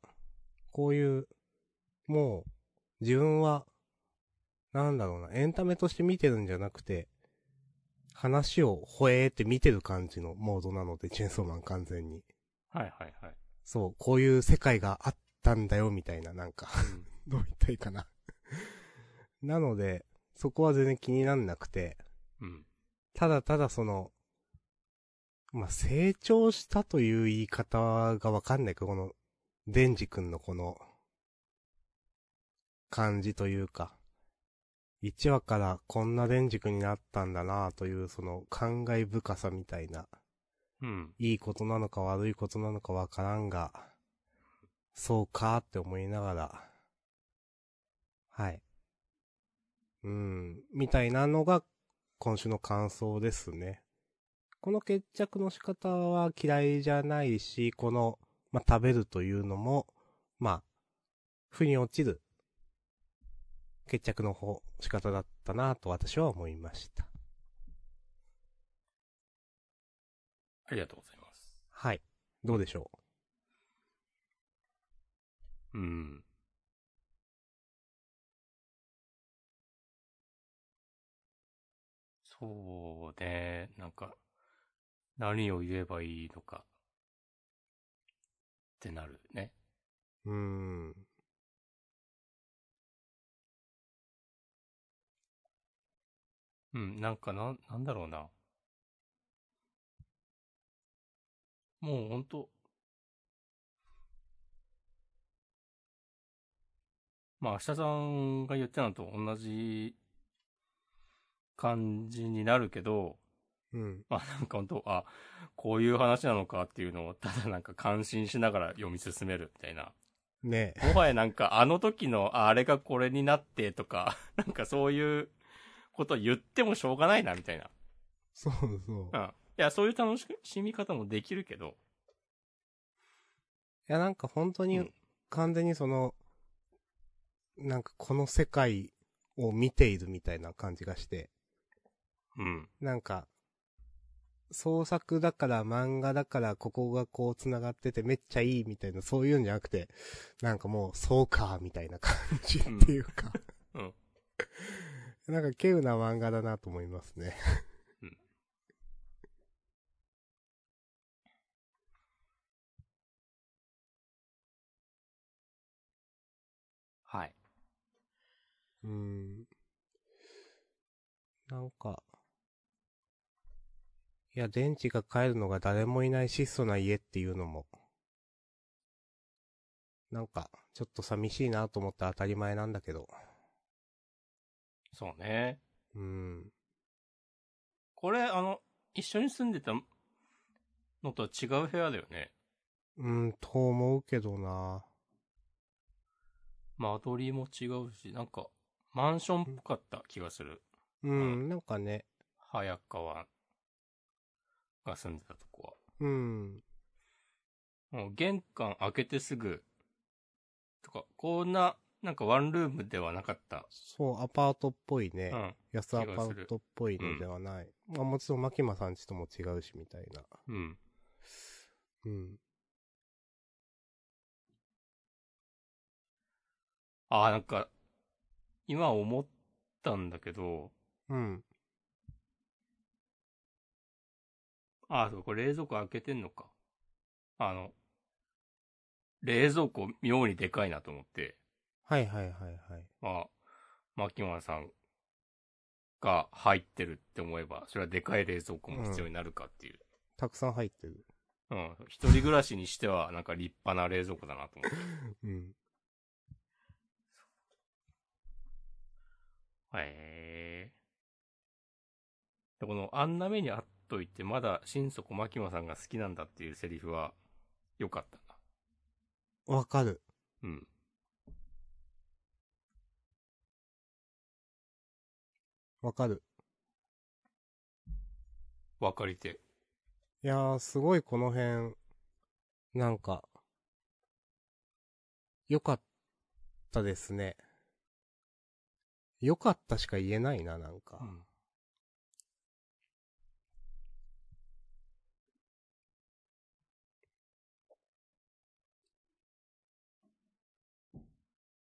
S1: こういう、もう、自分は、なんだろうな、エンタメとして見てるんじゃなくて、話をほえーって見てる感じのモードなので、チェーンソーマン完全に。
S2: はいはいはい。
S1: そう、こういう世界があったんだよ、みたいな、なんか、
S2: うん
S1: どう言ったらいいかな。 なので、そこは全然気になんなくて、
S2: うん。
S1: ただただその、まあ、成長したという言い方がわかんないけど、この、デンジ君のこの、感じというか、1話からこんなデンジ君になったんだなという、その、感慨深さみたいな、
S2: うん。
S1: いいことなのか悪いことなのかわからんが、そうかって思いながら、はい。うん、みたいなのが今週の感想ですね。この決着の仕方は嫌いじゃないし、この、まあ、食べるというのも、まあ、腑に落ちる決着の方、仕方だったなと私は思いました。
S2: ありがとうございます。
S1: はい。どうでしょ
S2: うん。そうね。なんか、何を言えばいいのか。ってなるね。
S1: うーん。
S2: うん、なんかなん、なんだろうな。もうほんと。まあ、明日さんが言ってたのと同じ感じになるけど、
S1: うん。
S2: まあなんかほんと、あ、こういう話なのかっていうのをただなんか感心しながら読み進めるみたいな。
S1: ねえ。
S2: もはやなんかあの時のああれがこれになってとか、なんかそういうこと言ってもしょうがないなみたいな。
S1: そうそう
S2: う。ん。いや、そういう楽しみ方もできるけど。
S1: いや、なんか本当に、
S2: うん
S1: 完全にその、なんかこの世界を見ているみたいな感じがして、
S2: うん。
S1: なんか、創作だから漫画だからここがこう繋がっててめっちゃいいみたいなそういうんじゃなくて、なんかもうそうかみたいな感じっ
S2: うん
S1: ていうか、
S2: うん。
S1: なんか稀有な漫画だなと思いますね。
S2: はい。
S1: うーん。なんか、いや、電池が帰るのが誰もいない質素な家っていうのも、なんか、ちょっと寂しいなと思ったら当たり前なんだけど、
S2: そうね。
S1: うーん。
S2: これ、あの、一緒に住んでたのとは違う部屋だよね。
S1: うーん、と思うけどな
S2: 間取りも違うし、なんか、マンションっぽかった気がする。
S1: うん、なんかね、
S2: 早川が住んでたとこ
S1: うん、
S2: は。もう玄関開けてすぐ、とか、こんな、なんかワンルームではなかった。
S1: そう、アパートっぽいね。
S2: うん。
S1: 安アパートっぽいのではない。まあもちろん、牧間さんちとも違うし、みたいな。
S2: うん。
S1: うん。
S2: ああ、なんか、今思ったんだけど、
S1: うん。
S2: あ、そう、これ冷蔵庫開けてんのか。あの、冷蔵庫妙にでかいなと思って、
S1: はいはいはいはい。
S2: まあ、牧村さんが入ってるって思えば、それはでかい冷蔵庫も必要になるかっていう。
S1: たくさん入ってる。
S2: うん。一人暮らしにしては、なんか立派な冷蔵庫だなと思って。
S1: うん。
S2: へえ。で、この、あんな目にあっといて、まだ心底牧村さんが好きなんだっていうセリフは、良かったな。
S1: わかる。
S2: うん。
S1: わかる。
S2: わかりて。
S1: いやー、すごいこの辺、なんか、良かったですね。良かったしか言えないな、なんか。
S2: うん。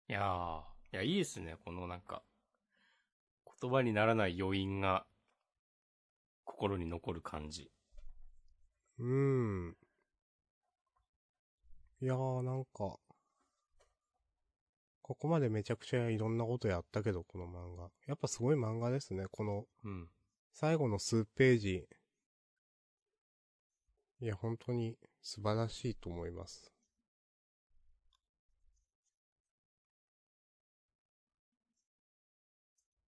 S2: いやー、いや、いいですね、このなんか、言葉にならない余韻が、心に残る感じ。
S1: うーん。いやー、なんか、ここまでめちゃくちゃいろんなことやったけど、この漫画。やっぱすごい漫画ですね、この
S2: うん。
S1: 最後の数ページ。いや、本当に素晴らしいと思います。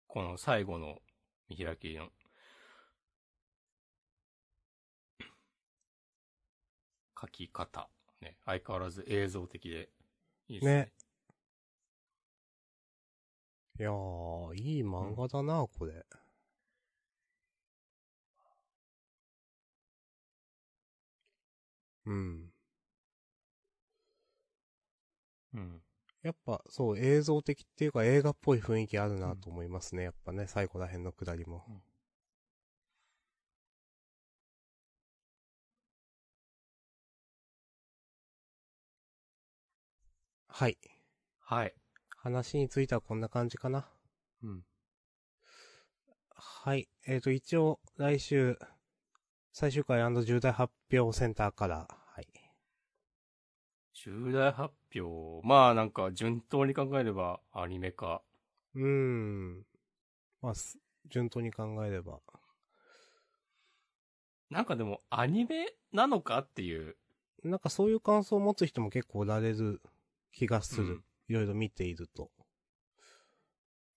S2: この最後の見開きの。書き方。ね。相変わらず映像的で。いいですね。
S1: ねいやー、いい漫画だな、これ。うん。
S2: うん。
S1: やっぱ、そう、映像的っていうか映画っぽい雰囲気あるなと思いますね。やっぱね、最後ら辺のくだりも。はい。
S2: はい。
S1: 話についてはこんな感じかな。
S2: うん。
S1: はい。えっ、と、一応、来週、最終回重大発表センターから、はい。
S2: 重大発表。まあなんか順当に考えればアニメ化。
S1: うーん。まあ、す順当に考えれば。
S2: なんかでもアニメなのかっていう。
S1: なんかそういう感想を持つ人も結構おられる気がする。
S2: うん
S1: いろいろ見ていると。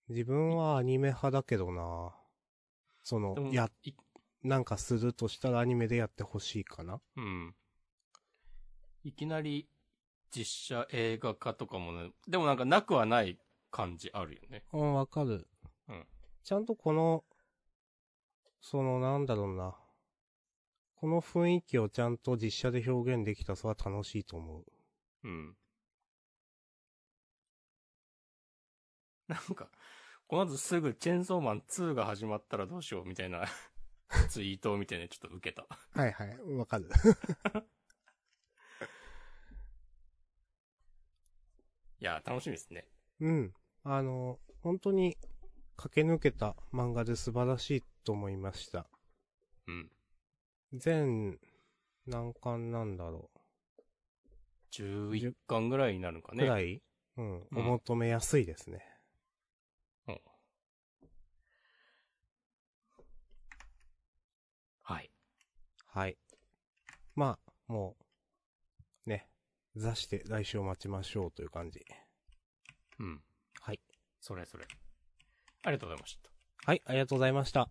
S1: 自分はアニメ派だけどなその
S2: で、も
S1: いや、
S2: い
S1: なんかするとしたらアニメでやってほしいかな。
S2: うん。いきなり実写映画化とかもね、でもなんかなくはない感じあるよね。
S1: うん、わかる。
S2: うん
S1: ちゃんとこの、その、なんだろうな。この雰囲気をちゃんと実写で表現できたそれは楽しいと思う。
S2: うん。 なんか、この後すぐチェンソーマン2が始まったらどうしようみたいな ツイートを見てね、ちょっと受けた。
S1: はいはい、わかる。
S2: いや、楽しみですね。
S1: うん。あの、本当に駆け抜けた漫画で素晴らしいと思いました。
S2: うん。
S1: 全、何巻なんだろ
S2: 11巻ぐらいになるのか
S1: う。くら
S2: ね。
S1: い、うん、
S2: うん
S1: お求めやすいですね。
S2: はい。
S1: はい。まあ、もう、ね、座して来週を待ちましょうという感じ。
S2: うん。
S1: はい。
S2: それそれ。ありがとうございました。
S1: はい、ありがとうございました。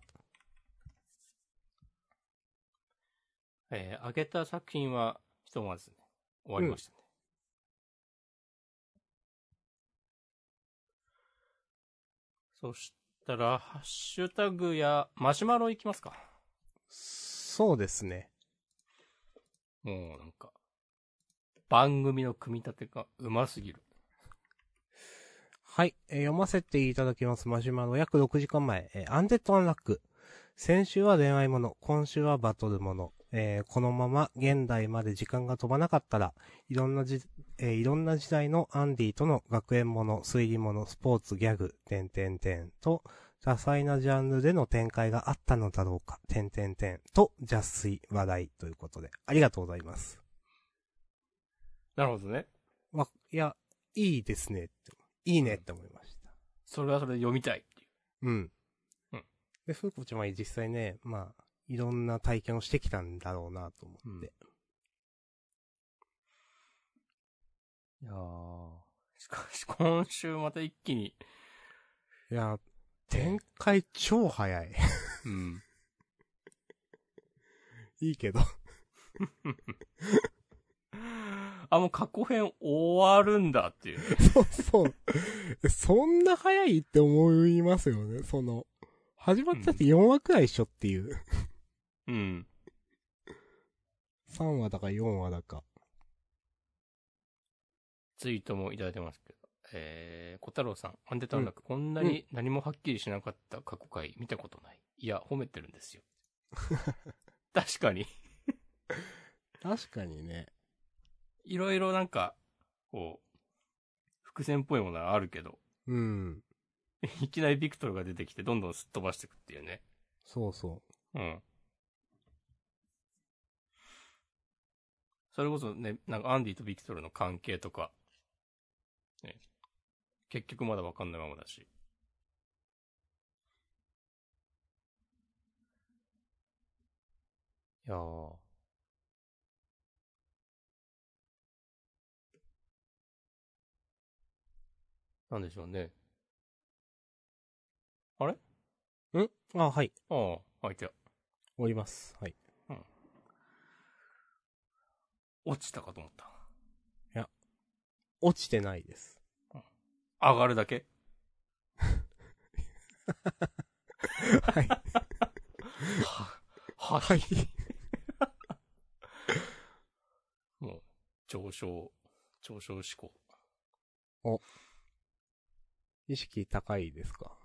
S2: えー、あげた作品は、ひとまずね、終わりましたね。そしたら、ハッシュタグや、マシュマロいきますか。
S1: そうですね。
S2: もうなんか、番組の組み立てがうますぎる。
S1: はい、えー読ませていただきます。マシュマロ約6時間前、えーアンデッド・アンラック。先週は恋愛もの、今週はバトルもの。えーこのまま現代まで時間が飛ばなかったら、いろんなじ、えーいろんな時代のアンディとの学園もの、推理もの、スポーツ、ギャグ、点点点と、多彩なジャンルでの展開があったのだろうか、点点点と、邪推、話題ということで、ありがとうございます。
S2: なるほどね。
S1: ま、いや、いいですねって、いいねって思いました。
S2: それはそれで読みたいっていう。
S1: うん。
S2: うん
S1: で、ふうこちゃんは実際ね、まあ、いろんな体験をしてきたんだろうなと思って。
S2: いやーしかし、今週また一気に、
S1: いや、展開超早 い。
S2: うん。
S1: いいけど。
S2: あ、もう過去編終わるんだっていう。
S1: そうそう。そんな早いって思いますよね、その。始まったって4話くらいっしょっていう。
S2: うん。
S1: 3話だか4話だか。
S2: ツイートもいただいてますけど。えー、小太郎さん、アンデタンラック、こんなに何もはっきりしなかった過去回見たことない。いや、褒めてるんですよ。 確かに。
S1: 確かにね。
S2: いろいろなんか、こう、伏線っぽいものはあるけど、
S1: うん。
S2: いきなりビクトルが出てきて、どんどんすっ飛ばしていくっていうね。
S1: そうそ
S2: うん。それこそね、なんかアンディとビクトルの関係とか、ね、結局まだわかんないままだし。いやー。なんでしょうね。
S1: う。んあ、はい。
S2: ああ、相手は
S1: おります。はい。
S2: 落ちたかと思った。
S1: 落ちてないです。
S2: 上がるだけ
S1: はい。
S2: は、は、
S1: はい。
S2: もう、上昇、上昇志向。
S1: 意識高いですか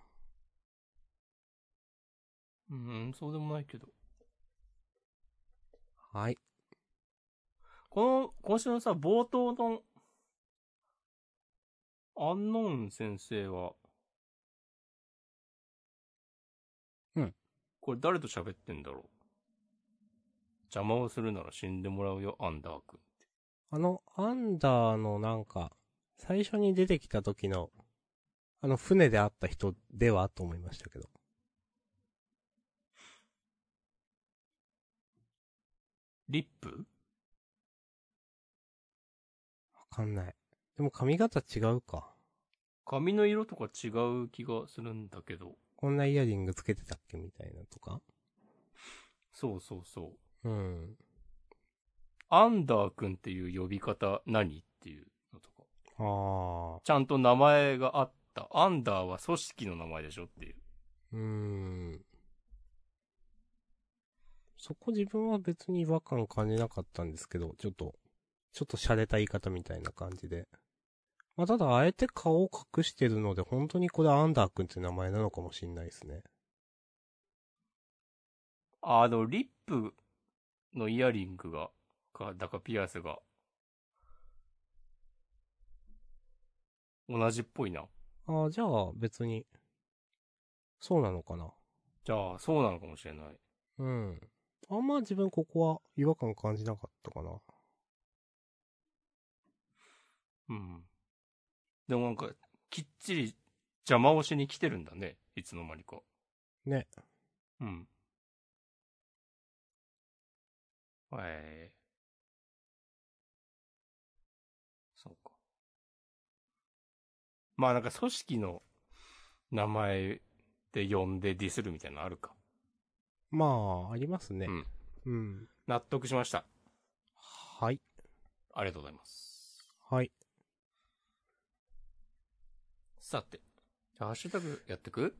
S2: うん、そうでもないけど。
S1: はい。
S2: この、今週のさ、冒頭の、アンノーン先生は、
S1: うん。
S2: これ誰と喋ってんだろう邪魔をするなら死んでもらうよ、アンダー君。
S1: あの、アンダーのなんか、最初に出てきた時の、あの、船で会った人ではと思いましたけど。
S2: リップ
S1: わかんない。でも髪型違うか。
S2: 髪の色とか違う気がするんだけど。
S1: こんなイヤリングつけてたっけみたいなとか。
S2: そうそうそう。
S1: うん。
S2: アンダー君っていう呼び方何っていうのとか。
S1: ああ。
S2: ちゃんと名前があった。アンダーは組織の名前でしょっていう。
S1: うーん。そこ自分は別に違和感感じなかったんですけど、ちょっと、ちょっと洒落た言い方みたいな感じで。まあ、ただ、あえて顔を隠してるので、本当にこれアンダー君って名前なのかもしんないですね。
S2: あの、リップのイヤリングが、か、だかピアスが、同じっぽいな。
S1: ああ、じゃあ別に、そうなのかな。
S2: じゃあ、そうなのかもしれない。
S1: うん。あんま自分ここは違和感感じなかったかな。
S2: うん。でもなんか、きっちり邪魔をしに来てるんだね。いつの間にか。
S1: ね。
S2: うん。ええそうか。まあなんか組織の名前で呼んでディスるみたいなのあるか。
S1: まあ、ありますね。
S2: うん。
S1: うん。
S2: 納得しました。
S1: はい。
S2: ありがとうございます。
S1: はい。
S2: さて。じゃあ、ハッシュタグやってく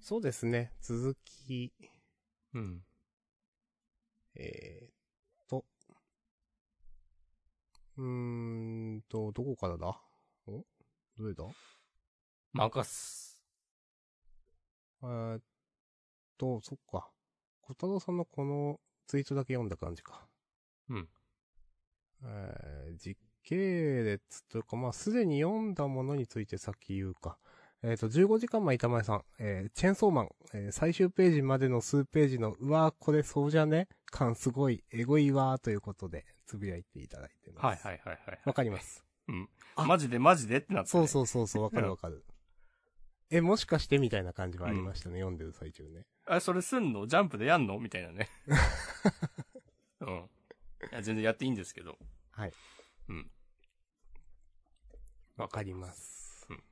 S1: そうですね。続き、
S2: うん。
S1: えー、っと。うーんと、どこからだんどれだ
S2: 任す。
S1: えー、っと、そっか。小太郎さんのこのツイートだけ読んだ感じか。
S2: うん。
S1: えー、実系列というか、まあ、すでに読んだものについて先言うか。えっ、と、15時間前板前さん、えー、チェーンソーマン、えー最終ページまでの数ページの、うわー、これそうじゃね感すごい、エゴいわー、ということで、つぶやいていただいてます。
S2: はいはいはいはい。
S1: わかります。あ
S2: マジでマジでって なって、
S1: そうそうそうそう、わかるわかる。え、もしかしてみたいな感じはありましたね、読んでる最中ね。
S2: あ、それすんのジャンプでやんのみたい なね。うん。いや、全然やっていいんですけど。
S1: はい。
S2: うん。
S1: わかります。
S2: うん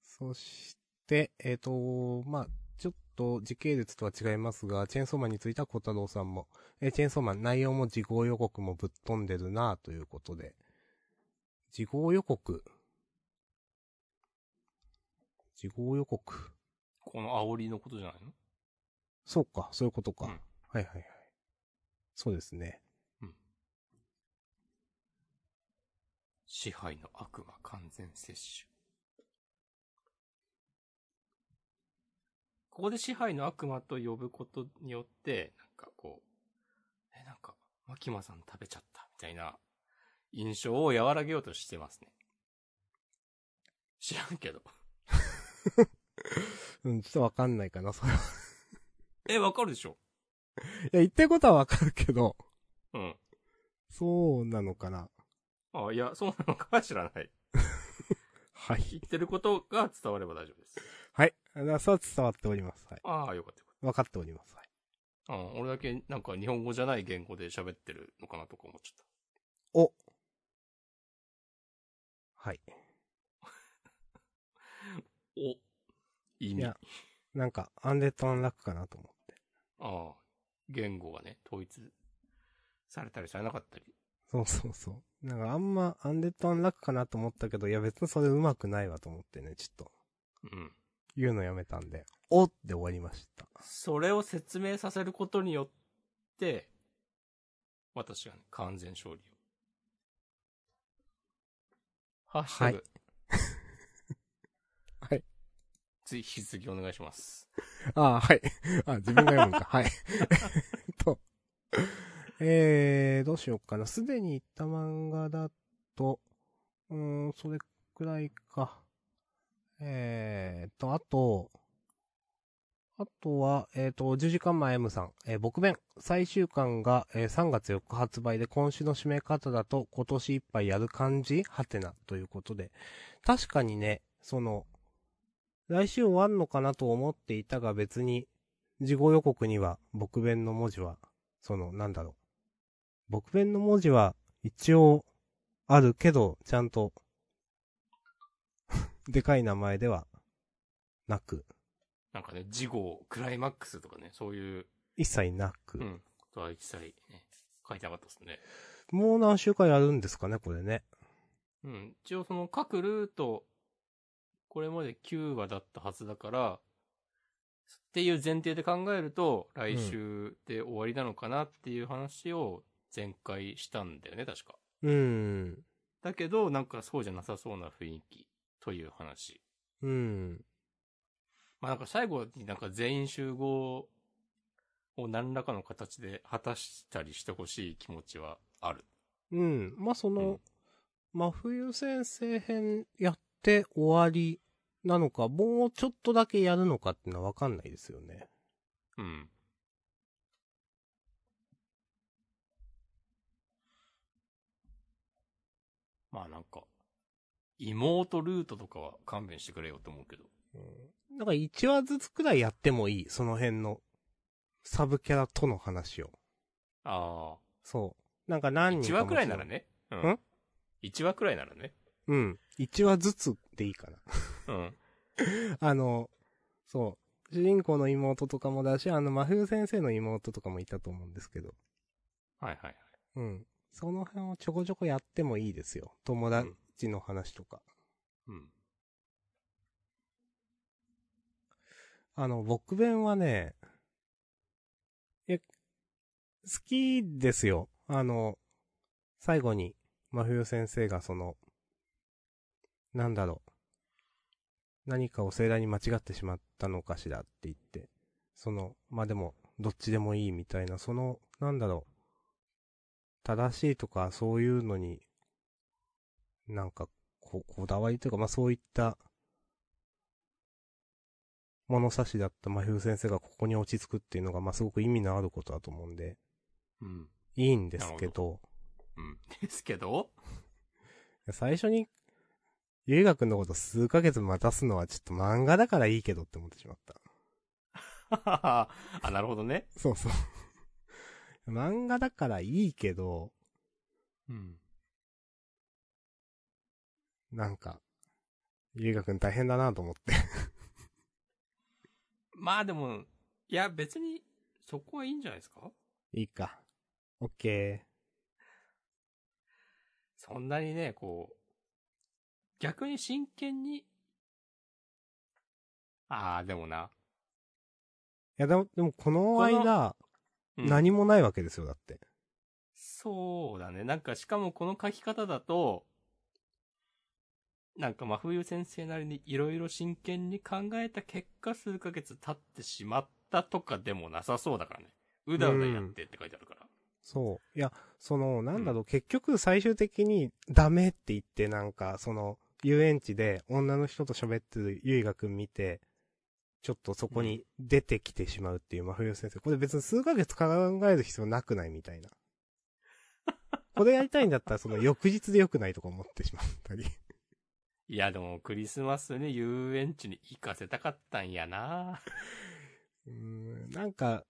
S1: そして、えっ、と、まあ、ちょっと時系列とは違いますが、チェーンソーマンについては小太郎さんも、えーチェーンソーマン内容も事後予告もぶっ飛んでるなあということで、事後予告。事後予告。
S2: この煽りのことじゃないの
S1: そうか、そういうことか。
S2: うん
S1: はいはいはい。そうですね。
S2: 支配の悪魔完全摂取。ここで支配の悪魔と呼ぶことによって、なんかこう、え、なんか、マキマさん食べちゃった、みたいな印象を和らげようとしてますね。知らんけど。
S1: うん、ちょっとわかんないかな、それは。
S2: え、わかるでしょ
S1: いや、言ってることはわかるけど、
S2: うん。
S1: そうなのかな。
S2: あ、いや、そうなのかは知らない。
S1: はい。
S2: 言ってることが伝われば大丈夫です。
S1: はい。あそう伝わっております。はい。
S2: ああ、よかったよ
S1: わかっております。はい。
S2: かった。うん、俺だけなんか日本語じゃない言語で喋ってるのかなとか思っちゃっ
S1: お。はい。
S2: た。お。意
S1: い
S2: 味。
S1: や
S2: あ、
S1: なんか、アンデッドアンラックかなと思って。
S2: あ。言語がね、統一されたりされなかったり。
S1: そうそうそう。なんか、あんま、アンデッドアンラックかなと思ったけど、いや、別にそれうまくないわと思ってね、ちょっと、
S2: うん。
S1: 言うのやめたんで、おって終わりました。
S2: それを説明させることによって、私がね、完全勝利を。ハッシュタグ。
S1: はい。
S2: つい引き続きお願いします。
S1: ああ、はい。あ、自分が読むんか。はい。 えっと、えー、どうしようかな。すでに言った漫画だと、うーん、それくらいか。えーっと、あと、あとは、えーっと、10時間前 M さん、えー、僕弁、最終巻が、えー3月4日発売で、今週の締め方だと、今年いっぱいやる感じはてな、ということで。確かにね、その、来週終わんのかなと思っていたが別に、事後予告には、僕弁の文字は、その、なんだろう。僕弁の文字は、一応、あるけど、ちゃんと、 でかい名前では、なく、
S2: なんかね、事後、クライマックスとかね、そういう、
S1: 一切なく。
S2: うん、ことは一切ね、書いてなかったですね。
S1: もう何週間やるんですかね、これね。
S2: うん。一応その各ルート、これまで9話だったはずだから、っていう前提で考えると、来週で終わりなのかなっていう話を前回したんだよね、確か。
S1: うーん。
S2: だけど、なんかそうじゃなさそうな雰囲気という話。
S1: うん。
S2: まあなんか最後になんか全員集合を何らかの形で果たしたりしてほしい気持ちはある。
S1: うん。まあ、その、
S2: うん
S1: 真冬先生編やって終わりなのか、もうちょっとだけやるのかっていうのはわかんないですよね。
S2: うん。まあなんか、妹ルートとかは勘弁してくれよと思うけど。
S1: うん。だから1話ずつくらいやってもいい、その辺の、サブキャラとの話を。
S2: あ
S1: そう。なんか
S2: あ。
S1: 何人
S2: 1
S1: か
S2: 話
S1: も
S2: くらいならね。うん ?1 話くらいならね。
S1: ちろん。うん。1話ずつでいいかな。
S2: うん。
S1: あの、そう。主人公の妹とかもだし、あの、真冬先生の妹とかもいたと思うんですけど。
S2: はいはいはい。
S1: うん。その辺をちょこちょこやってもいいですよ。友達の話とか。
S2: うん。
S1: あの、僕弁はね、いや、好きですよ。あの、最後に、真冬先生がその、なんだろう。何かを盛大に間違ってしまったのかしらって言って、その、まあ、でも、どっちでもいいみたいな、その、なんだろう。正しいとか、そういうのに、なんか、こ、こだわりというか、まあ、そういった、物差しだった真冬先生がここに落ち着くっていうのが、まあ、すごく意味のあることだと思うんで、
S2: うん。
S1: いいんですけ
S2: なるほ
S1: ど、
S2: うん。 ですけど、
S1: 最初に、ゆいがくんのこと数ヶ月待たすのはちょっと漫画だからいいけどって思ってしまった。
S2: あ、なるほどね。
S1: そう そう。漫画だからいいけど、
S2: うん。
S1: なんか、ゆいがくん大変だなと思って。
S2: まあでも、いや別に、そこはいいんじゃないですか
S1: いいか。オッケ
S2: そんなにね、こう、逆に真剣に、ああ、でも
S1: ー。
S2: な。
S1: いや、でも、でもこの
S2: こ
S1: 間、
S2: うん
S1: 何もないわけですよ、だって。
S2: そうだね。なんか、しかもこの書き方だと、なんか、真冬先生なりにいろいろ真剣に考えた結果、数ヶ月経ってしまったとかでもなさそうだからね。うだうだやってって書いてあるから。
S1: そう。いや、その、なんだろう、結局最終的にダメって言って、なんか、その、遊園地で女の人と喋ってるゆいがくん見て、ちょっとそこに出てきてしまうっていう真冬先生。これ別に数ヶ月考える必要なくないみたいな。これやりたいんだったら、その翌日で良くないとか思ってしまったり。
S2: いや、でも、クリスマスに遊園地に行かせたかったんやな。
S1: うーんなんか、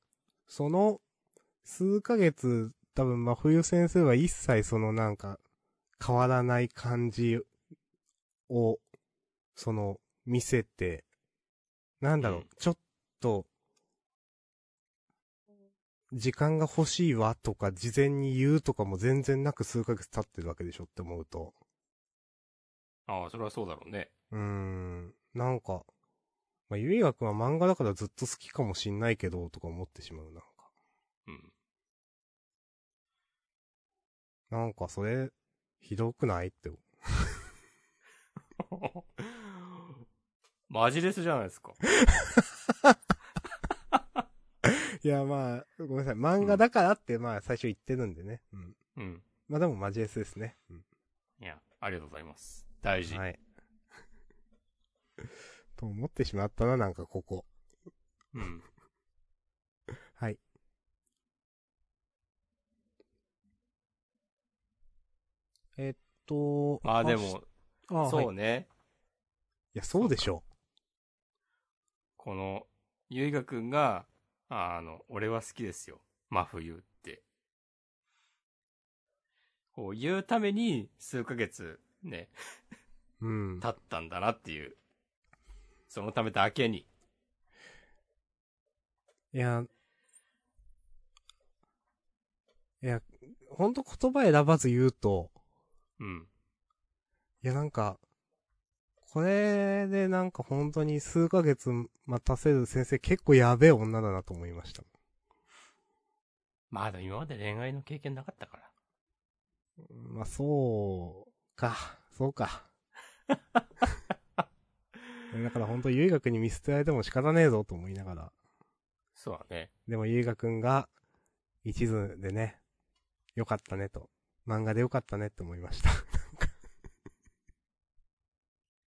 S1: その、数ヶ月、多分、真冬先生は一切そのなんか、変わらない感じを、その、見せて、なんだろう、
S2: うん
S1: ちょっと、時間が欲しいわとか、事前に言うとかも全然なく数ヶ月経ってるわけでしょって思うと、
S2: ああ、それはそうだろうね。
S1: うーん、なんか、まあ、ゆいがくんは漫画だからずっと好きかもしんないけど、とか思ってしまう、なんか。
S2: うん。
S1: なんかそれ、ひどくないって。
S2: マジレスじゃないですか。
S1: いや、まあ、ごめんなさい。漫画だからって、まあ、最初言ってるんでね。うん。
S2: うん。
S1: まあでも、マジエスですね。うん
S2: いや、ありがとうございます。大事。
S1: はい。 と思ってしまったな、なんかここ。
S2: うん。
S1: はい。えっと、
S2: まあで
S1: し
S2: も、
S1: ああはい
S2: そうね。
S1: いや、そうでしょ
S2: この、ゆいがくんが、あの、俺は好きですよ。真冬って。こう言うために、数ヶ月、ね、
S1: う。うん。
S2: 経ったんだなっていう。そのためだけに。
S1: いや、いや、ほんと言葉選ばず言うと、
S2: うん。
S1: いやなんか、これでなんか本当に数ヶ月待たせる先生結構やべえ女だなと思いました。
S2: まあでも今まで恋愛の経験なかったから。
S1: まあ、そうか、そう か。だから本当、ゆいがくんに見捨てられても仕方ねえぞと思いながら。
S2: そうだね。
S1: でも、ゆいがくんが、一途でね、よかったねと。漫画でよかったねって思いました。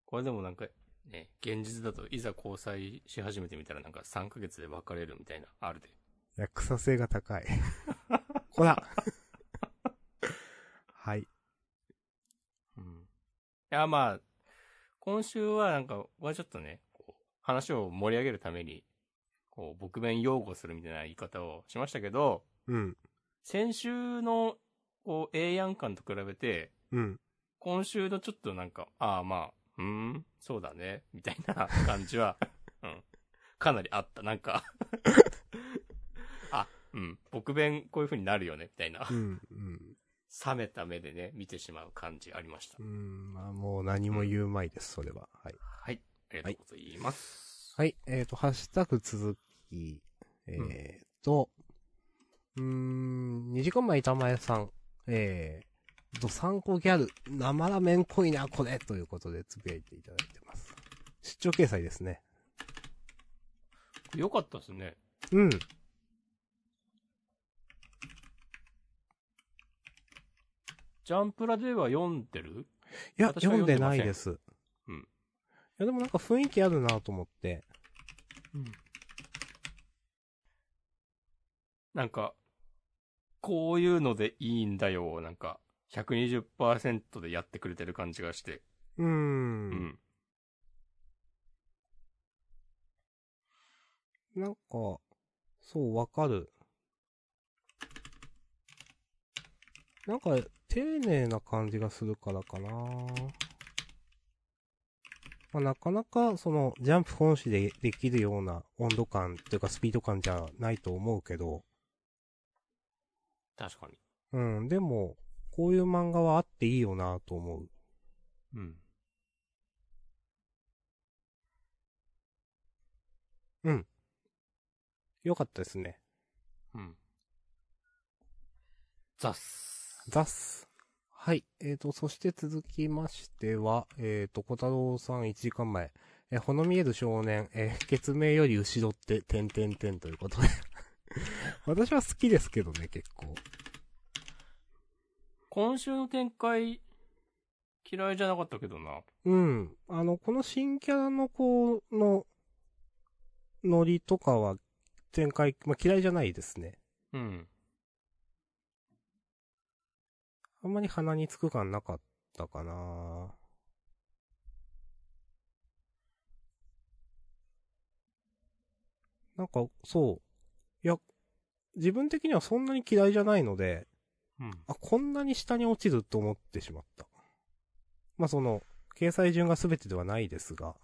S2: これでもなんか、ね、現実だといざ交際し始めてみたらなんか3ヶ月で別れるみたいな、あるで。
S1: いや、草性が高い。 こら はい。
S2: うん。いや、まあ、今週はなんか、はちょっとね、こう話を盛り上げるために、こう、僕弁擁護するみたいな言い方をしましたけど、
S1: うん、
S2: 先週の、こう、A やん感と比べて、
S1: うん。
S2: 今週のちょっとなんか、ああまあ、うーん、そうだね、みたいな 感じは、うん、かなりあった。なんか、あ、うん、僕弁こういう風になるよね、みたいな
S1: う、ん、うん。
S2: 冷めた目でね、見てしまう感じありました
S1: う。ん、まあ、もう何も言うまいです、それは。はい。
S2: はい。ありがとうございます。
S1: はい、えっ、と、ハッシュタグ続き、えっ、と、うーん、2時間前板前さん、えー、ドサンコギャル、生ラメン濃いな、これということでつぶやいていただいてます。出張掲載ですね。
S2: よかったですね。
S1: うん。
S2: ジャンプラでは読んでる
S1: いや、
S2: 私は
S1: 読
S2: 読
S1: ん
S2: んで
S1: で
S2: ま
S1: な
S2: せん
S1: いです。
S2: うん
S1: いや、でもなんか雰囲気あるなと思って。
S2: なんか、こういうのでいいんだよ、なんか、120%でやってくれてる感じがして。
S1: うー。
S2: うんん。
S1: なんか、そう、わかる。なんか、丁寧な感じがするからかなまあ、なかなか、その、ジャンプ本誌でできるような温度感というかスピード感じゃないと思うけど、
S2: 確かに。
S1: うん、でも、こういう漫画はあっていいよなと思う。
S2: うん。
S1: よかったですね。
S2: うん。ザッス。
S1: ザス。はい。えーと、そして続きましては、えーと、小太郎さん1時間前。えーほの見える少年、えー、月名より後ろって、てんてんてんということで。 私は好きですけどね、結構。
S2: 今週の展開、嫌いじゃなかったけどな。
S1: うん。あの、この新キャラの子の、ノリとかは、展開、まあ、嫌いじゃないですね。
S2: うん。
S1: あんまり鼻につく感なかったかななんか、そう。いや、自分的にはそんなに嫌いじゃないので、
S2: うん。
S1: あ、こんなに下に落ちると思ってしまった。まあ、その、掲載順が全てではないですが。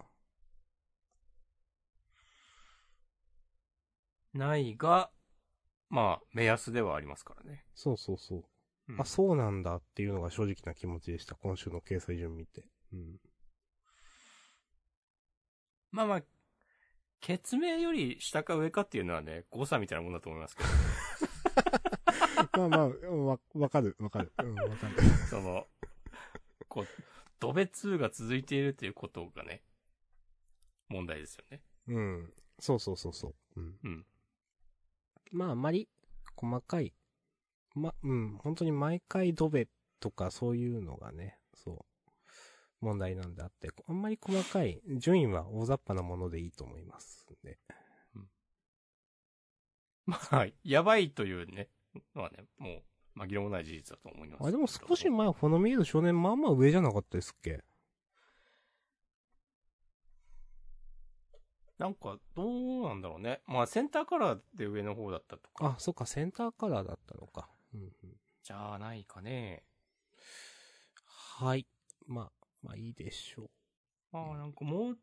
S2: ないが、まあ、目安ではありますからね。
S1: そうそうそう。
S2: うん
S1: あ、そうなんだっていうのが正直な気持ちでした。今週の掲載順見て。うん。
S2: まあまあ、決明より下か上かっていうのはね、誤差みたいなもんだと思い ますけど、
S1: まあまあ、うんわ、わかる、わかる。うん、わかる。
S2: その、こう、ドベ2が続いているっていうことがね、問題ですよね。
S1: うん。そうそうそうそう。うん。
S2: うん。
S1: まあ、あまり、細かい。ま、うん、本当に毎回ドベとかそういうのがね、そう。問題なんであって、あんまり細かい、順位は大雑把なものでいいと思いますんで。
S2: まあ、 やばいというね、まあね、もう、紛れもない事実だと思います。
S1: あ、でも少し前、フォノミード少年、まあまあ上じゃなかったですっけ
S2: なんか、どうなんだろうね。まあ、センターカラーで上の方だったとか、
S1: あ、そっか、センターカラーだったのか。うんうん、
S2: じゃあないかね。
S1: はい。まあ、まあいいでしょう。
S2: まあ、なんかもう、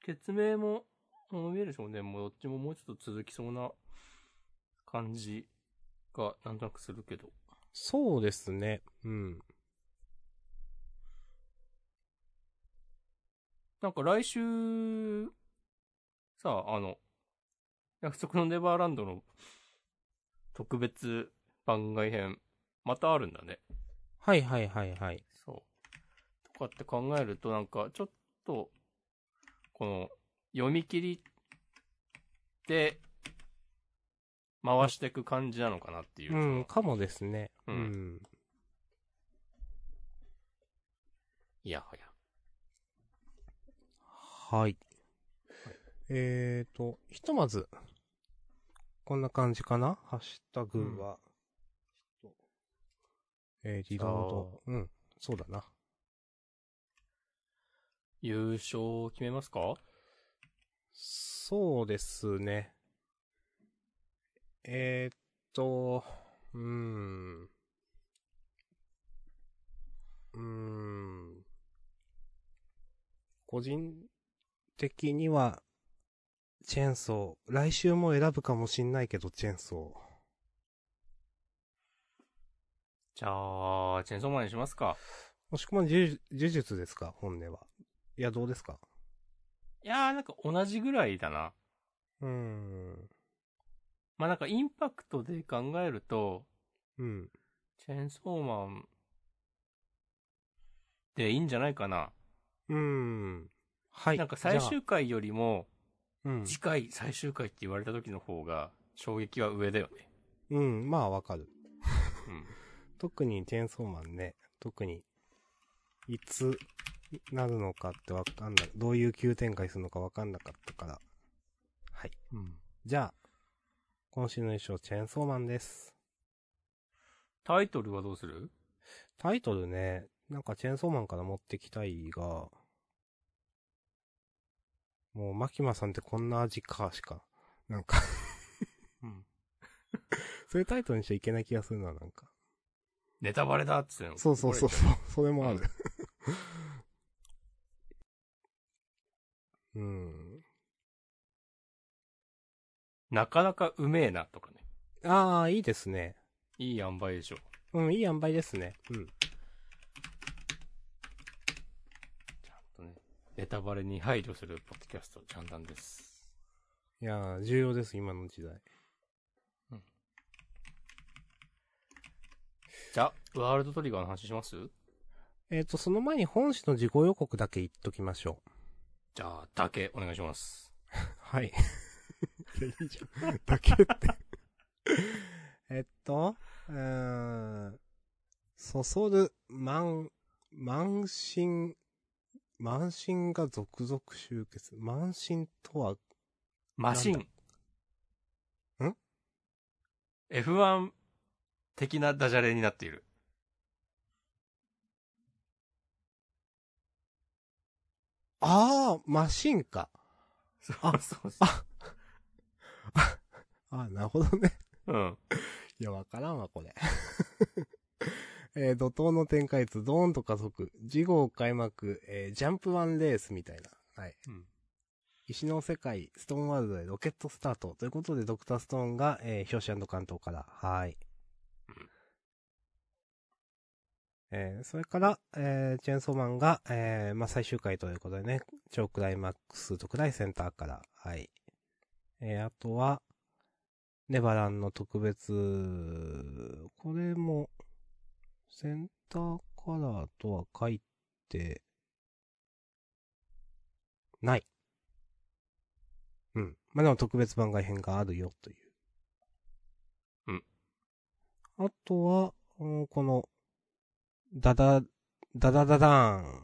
S2: 決明も、もう見える少年もどっちももうちょっと続きそうな感じが、なんとなくするけど。
S1: そうですね。うん。
S2: なんか来週、さ、あの、約束のネバーランドの特別番外編、またあるんだね。
S1: はいはいはいはい。
S2: そう。とかって考えると、なんか、ちょっと、この、読み切りで、回していく感じなのかなっていう。
S1: うん、かもですね。
S2: う
S1: うんん。
S2: いやはや。
S1: はい。えーと、ひとまず、こんな感じかなハッシュタグは。えー、リロード。うん、そうだな。
S2: 優勝決めますか
S1: そうですね。えー、っと、うーん。うーん。個人的には、チェーンソー。来週も選ぶかもしんないけど、チェーンソー。
S2: じゃあ、チェンソーマンにしますか。
S1: もしくも呪呪術ですか本音は。いや、どうですか
S2: いやー、なんか同じぐらいだな。
S1: うーん。
S2: まあなんかインパクトで考えると、
S1: うん。
S2: チェーンソーマンでいいんじゃないかな。
S1: うーん。はい。
S2: なんか最
S1: じゃ
S2: 終回よりも、
S1: あ、うん。
S2: 次回最終回って言われた時の方が、衝撃は上だよね。
S1: うん、まあわかる。
S2: うん。
S1: 特にチェーンソーマンね、特に、いつなるのかってわかんない。どういう急展開するのかわかんなかったから。はい。じゃあ、今週の衣装、チェーンソーマンです。
S2: タイトルはどうする
S1: タイトルね、なんかチェーンソーマンから持ってきたいが、もう、マキマさんってこんな味か、しか。なんか、
S2: うん。
S1: そういうタイトルにしちゃいけない気がするな、なんか。
S2: ネタバレだっつっての
S1: そうそうそうそう、それもある。うん。
S2: なかなかうめえなとかね。
S1: ああ、いいですね。
S2: いい塩梅でしょ。
S1: うん、いい塩梅ですね。うん。
S2: ちゃんとね。ネタバレに配慮するポッドキャスト、ちゃんだんです。
S1: いやー、重要です、今の時代。
S2: じゃあ、ワールドトリガーの話します
S1: えっ、と、その前に本誌の自己予告だけ言っときましょ
S2: じゃあ、だけお願いします。
S1: う。はい。いや、いいじゃん。だけって。 えっと、うーん、そそる、満、満身、満身が続々集結。満身とは、
S2: マシン。
S1: なん
S2: ?F1 的なダジャレになっている。
S1: ああ、マシンか。
S2: そうそうそ
S1: ああ、なるほどね。
S2: う。うん。
S1: いや、わからんわ、これ。 えー怒涛の展開図、ドーンと加速、次号開幕、えージャンプワンレースみたいな。はい。
S2: うん
S1: 石の世界、ストーンワールドでロケットスタート。ということで、ドクターストーンが、えー表紙関東から。はい。えーそれから、えーチェーンソーマンが、えーまあ、最終回ということでね、超クライマックス特大センターから。はい。えーあとは、ネバランの特別、これも、センターカラーとは書いて、ない。うん。まあ、でも特別番外編があるよ、という。
S2: うん。
S1: あとは、うんこの、ダダ、ダダダダーン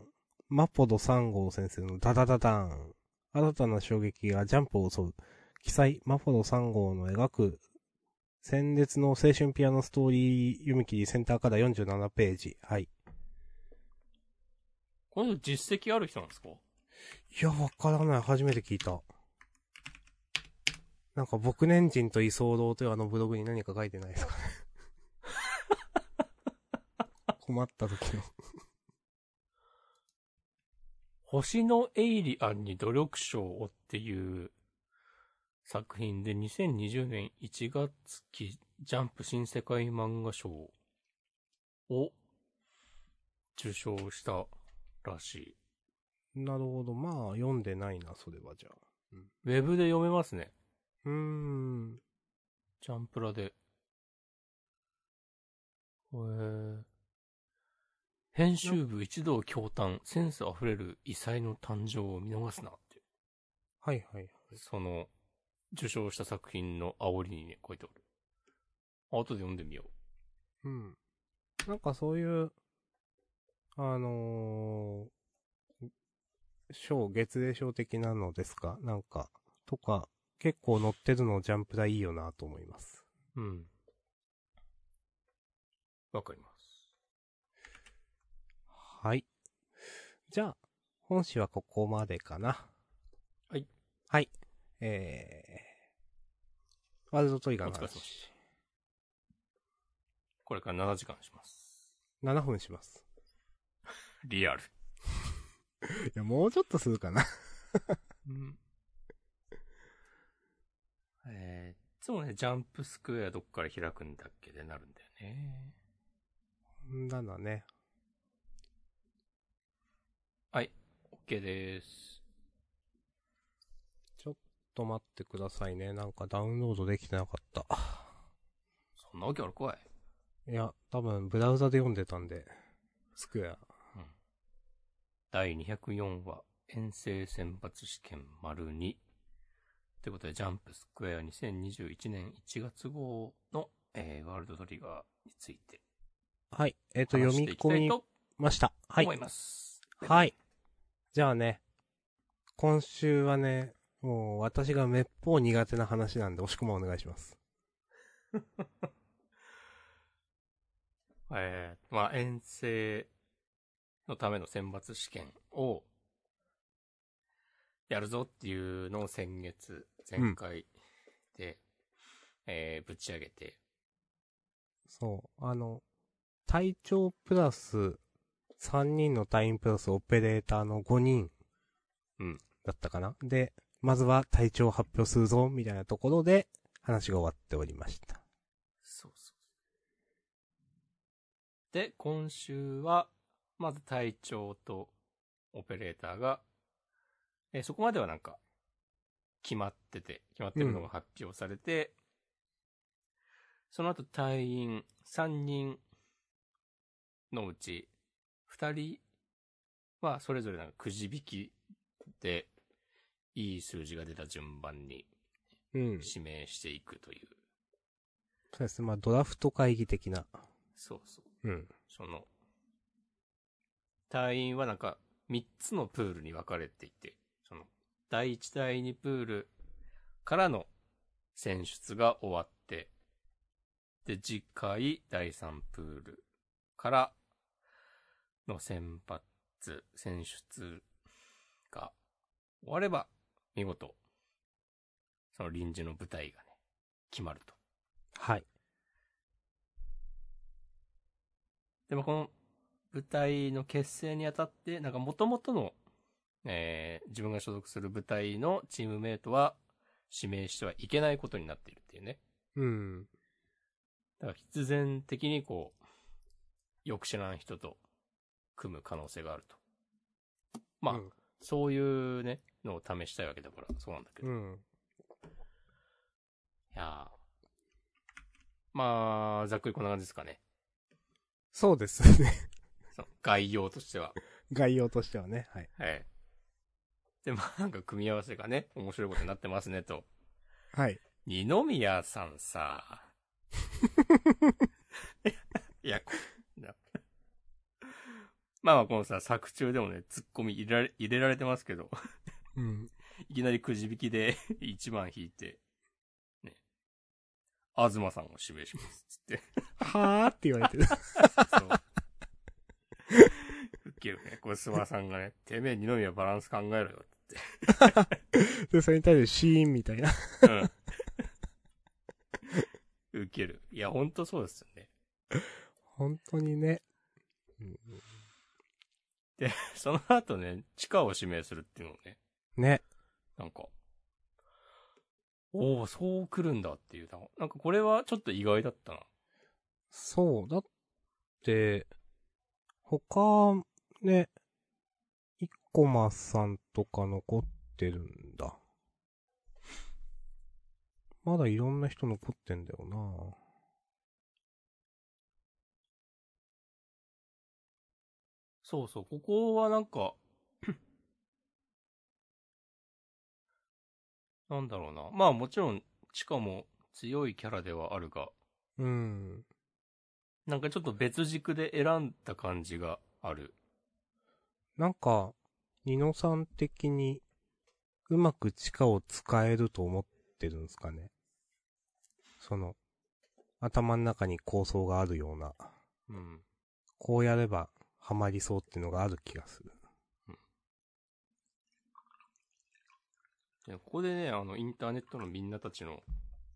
S1: マポド3号先生のダダダダーン。新たな衝撃がジャンプを襲う。記載、マポド3号の描く、先列の青春ピアノストーリー読み切りセンターから47ページ。はい。
S2: これ実績ある人なんですか
S1: いや、わからない。初めて聞いた。なんか、僕年人と居候というあのブログに何か書いてないですか ね。困った時の。
S2: 星のエイリアンに努力賞をっていう作品で2020年1月期ジャンプ新世界漫画賞を受賞したらしい。
S1: なるほど。まあ、読んでないな、それはじゃあ。
S2: ウェブで読めますね。
S1: うーん。
S2: ジャンプラで。へー編集部一同驚嘆、センスあふれる異彩の誕生を見逃すなっていう
S1: はいはいはい。
S2: その、受賞した作品の煽りにね、書いてある。あ後で読んでみよう。
S1: うん。なんかそういう、あのー、賞、月齢賞的なのですかなんか、とか、結構載ってるのジャンプだいいよなと思います。
S2: うん。わかります。
S1: はい。じゃあ、本誌はここまでかな。
S2: はい。
S1: はい。えー、ワールドトリガーの
S2: お疲れ様で
S1: 話。
S2: これから7時間します。
S1: 7分します。
S2: リアル。
S1: いや、もうちょっとするかな。
S2: うん。えー、いつもね、ジャンプスクエアどっから開くんだっけでなるんだよね。
S1: んだなね。
S2: はい。OK です。
S1: ちょっと待ってくださいね。なんかダウンロードできてなかった。
S2: そんなわけあるかい。
S1: いや、多分、ブラウザで読んでたんで、スクエア。
S2: 第204話、遠征選抜試験丸2。ということで、ジャンプスクエア2021年1月号の、えーワールドトリガーについて
S1: はい。えっ、と、
S2: 話
S1: 読
S2: して
S1: み
S2: いきた
S1: 込
S2: い
S1: み
S2: と
S1: ました。はい
S2: 思。います。
S1: はい。じゃあね、今週はね、もう私が滅法苦手な話なんで、押し込まお願いします。
S2: えー、まあ、遠征のための選抜試験を、やるぞっていうのを先月、前回で、えーぶち上げて、
S1: そう。あの、隊長プラス、3人の隊員プラスオペレーターの5人。
S2: うん
S1: だったかなで、まずは隊長を発表するぞ、みたいなところで、話が終わっておりました。
S2: そうそう。で、今週は、まず隊長とオペレーターが、えーそこまではなんか、決まってて、決まってるのが発表されて、その後隊員3人のうち、2人はそれぞれなんかくじ引きで、いい数字が出た順番に
S1: うん。
S2: 指名していくという。
S1: そうですね。まあ、ドラフト会議的な。
S2: そうそう。
S1: うん。
S2: その、隊員はなんか、3つのプールに分かれていて、その、第1、第2プールからの選出が終わって、で、次回、第3プールからの選抜、選出が終われば、見事、その臨時の舞台がね、決まると。
S1: はい。
S2: でもこの舞台の結成にあたって、なんか元々の、えー自分が所属する舞台のチームメイトは指名してはいけないことになっているっていうね。
S1: うん。
S2: だから必然的にこう、よく知らん人と組む可能性があると。まあ、
S1: うん
S2: そういうね、のを試したいわけだから、そうなんだけど。
S1: う
S2: い
S1: ん。
S2: やーまあ、ざっくりこんな感じですかね。
S1: そうですね。
S2: その概要としては。
S1: 概要としてはね。はい。
S2: はい。で、まあなんか組み合わせがね、面白いことになってますねと。
S1: はい。
S2: 二宮さんさ。いや、いやこなまあまあこのさ、作中でもね、ツッコミ入れられ入れられてますけど、
S1: うん。
S2: いきなりくじ引きで 1番引いて、ね、東さんを指名します。つって。
S1: はーって言われてる。
S2: そう。ウケるね。これ、諏訪さんがね、てめえ二宮バランス考えろよって
S1: で、それに対してシーンみたいな。
S2: 言って。うん。ウケる。いや、ほんとそうですよね。
S1: 本当にね。うん
S2: その後ね、地下を指名するっていうのをね、
S1: ね。
S2: なんか、おおそう来るんだっていう。なんかこれはちょっと意外だったな。
S1: そう。だって、他、ね、イコマさんとか残ってるんだ。まだいろんな人残ってんだよな
S2: そうそう、ここはなんか、 なんだろうな。まあもちろん、地下も強いキャラではあるが、
S1: うん。
S2: なんかちょっと別軸で選んだ感じがある。
S1: なんか、ニノさん的に、うまく地下を使えると思ってるんですかね。その、頭の中に構想があるような、
S2: うん。
S1: こうやればハマりそうっていうのがある気がする。
S2: で、ここでね、あの、インターネットのみんなたちの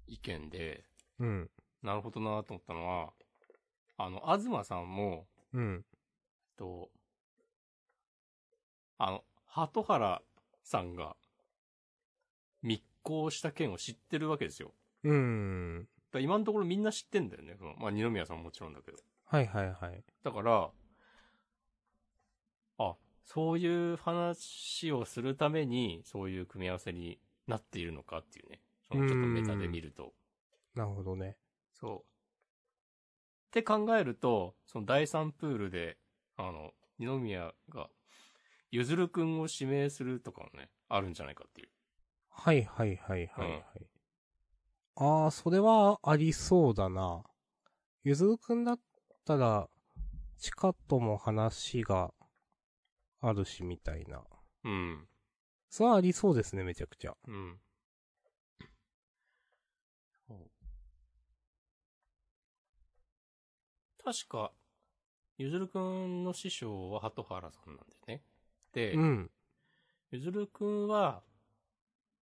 S2: 意見で、
S1: うん。
S2: なるほどなと思ったのは、あの、あずまさんも、
S1: うん。
S2: えっと、あの、鳩原さんが密航した件を知ってるわけですよ。
S1: うん。
S2: だから今のところみんな知ってんだよね。そのまあ、二宮さんももちろんだけど。
S1: はいはいはい。
S2: だから、あ、そういう話をするために、そういう組み合わせになっているのかっていうね。そのちょっとメタで見ると。
S1: なるほどね。
S2: そう。って考えると、その第三プールで、あの、二宮が、ゆずるくんを指名するとかもね、あるんじゃないかっていう。
S1: はいはいはいはい、はいああ、それはありそうだな。ゆずるくんだったら、チカとも話があるしみたいな。
S2: うん。
S1: それはありそうですね、めちゃくちゃ。
S2: うん。そう確か、ゆずるくんの師匠は鳩原さんなんだよね。で、
S1: うん。
S2: ゆずるくんは、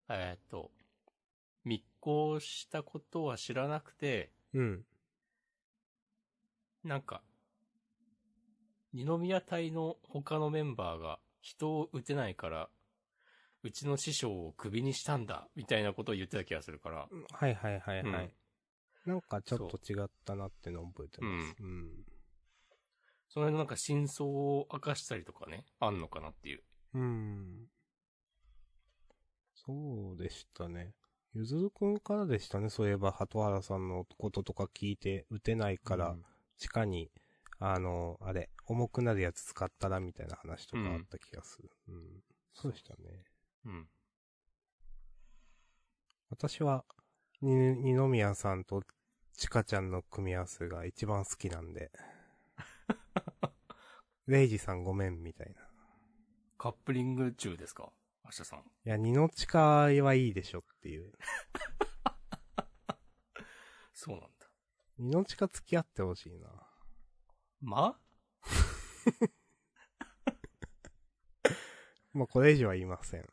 S2: えーっと、密航したことは知らなくて、
S1: うん。
S2: なんか、二宮隊の他のメンバーが人を撃てないから、うちの師匠をクビにしたんだ、みたいなことを言ってた気がするから。
S1: はいはいはいはい。
S2: うん
S1: なんかちょっと違ったなっての覚えてます。うん。
S2: その辺のなんか真相を明かしたりとかね、あんのかなっていう。
S1: うん。そうでしたね。ゆずるくんからでしたね。そういえば、鳩原さんのこととか聞いて、打てないから、
S2: うん
S1: 地下に、あの、あれ、重くなるやつ使ったらみたいな話とかあった気がする。うん。そうでしたね。
S2: うん。
S1: 私は、に二宮さんとちかちゃんの組み合わせが一番好きなん で。レイジさんごめん、みたいな。い
S2: カップリング中ですか明日さん。
S1: や、二のちかはいいでしょっていう。
S2: そうなんだ。
S1: 二のちか付き合ってほしいな。
S2: ま
S1: まあ、これ以上は言いません。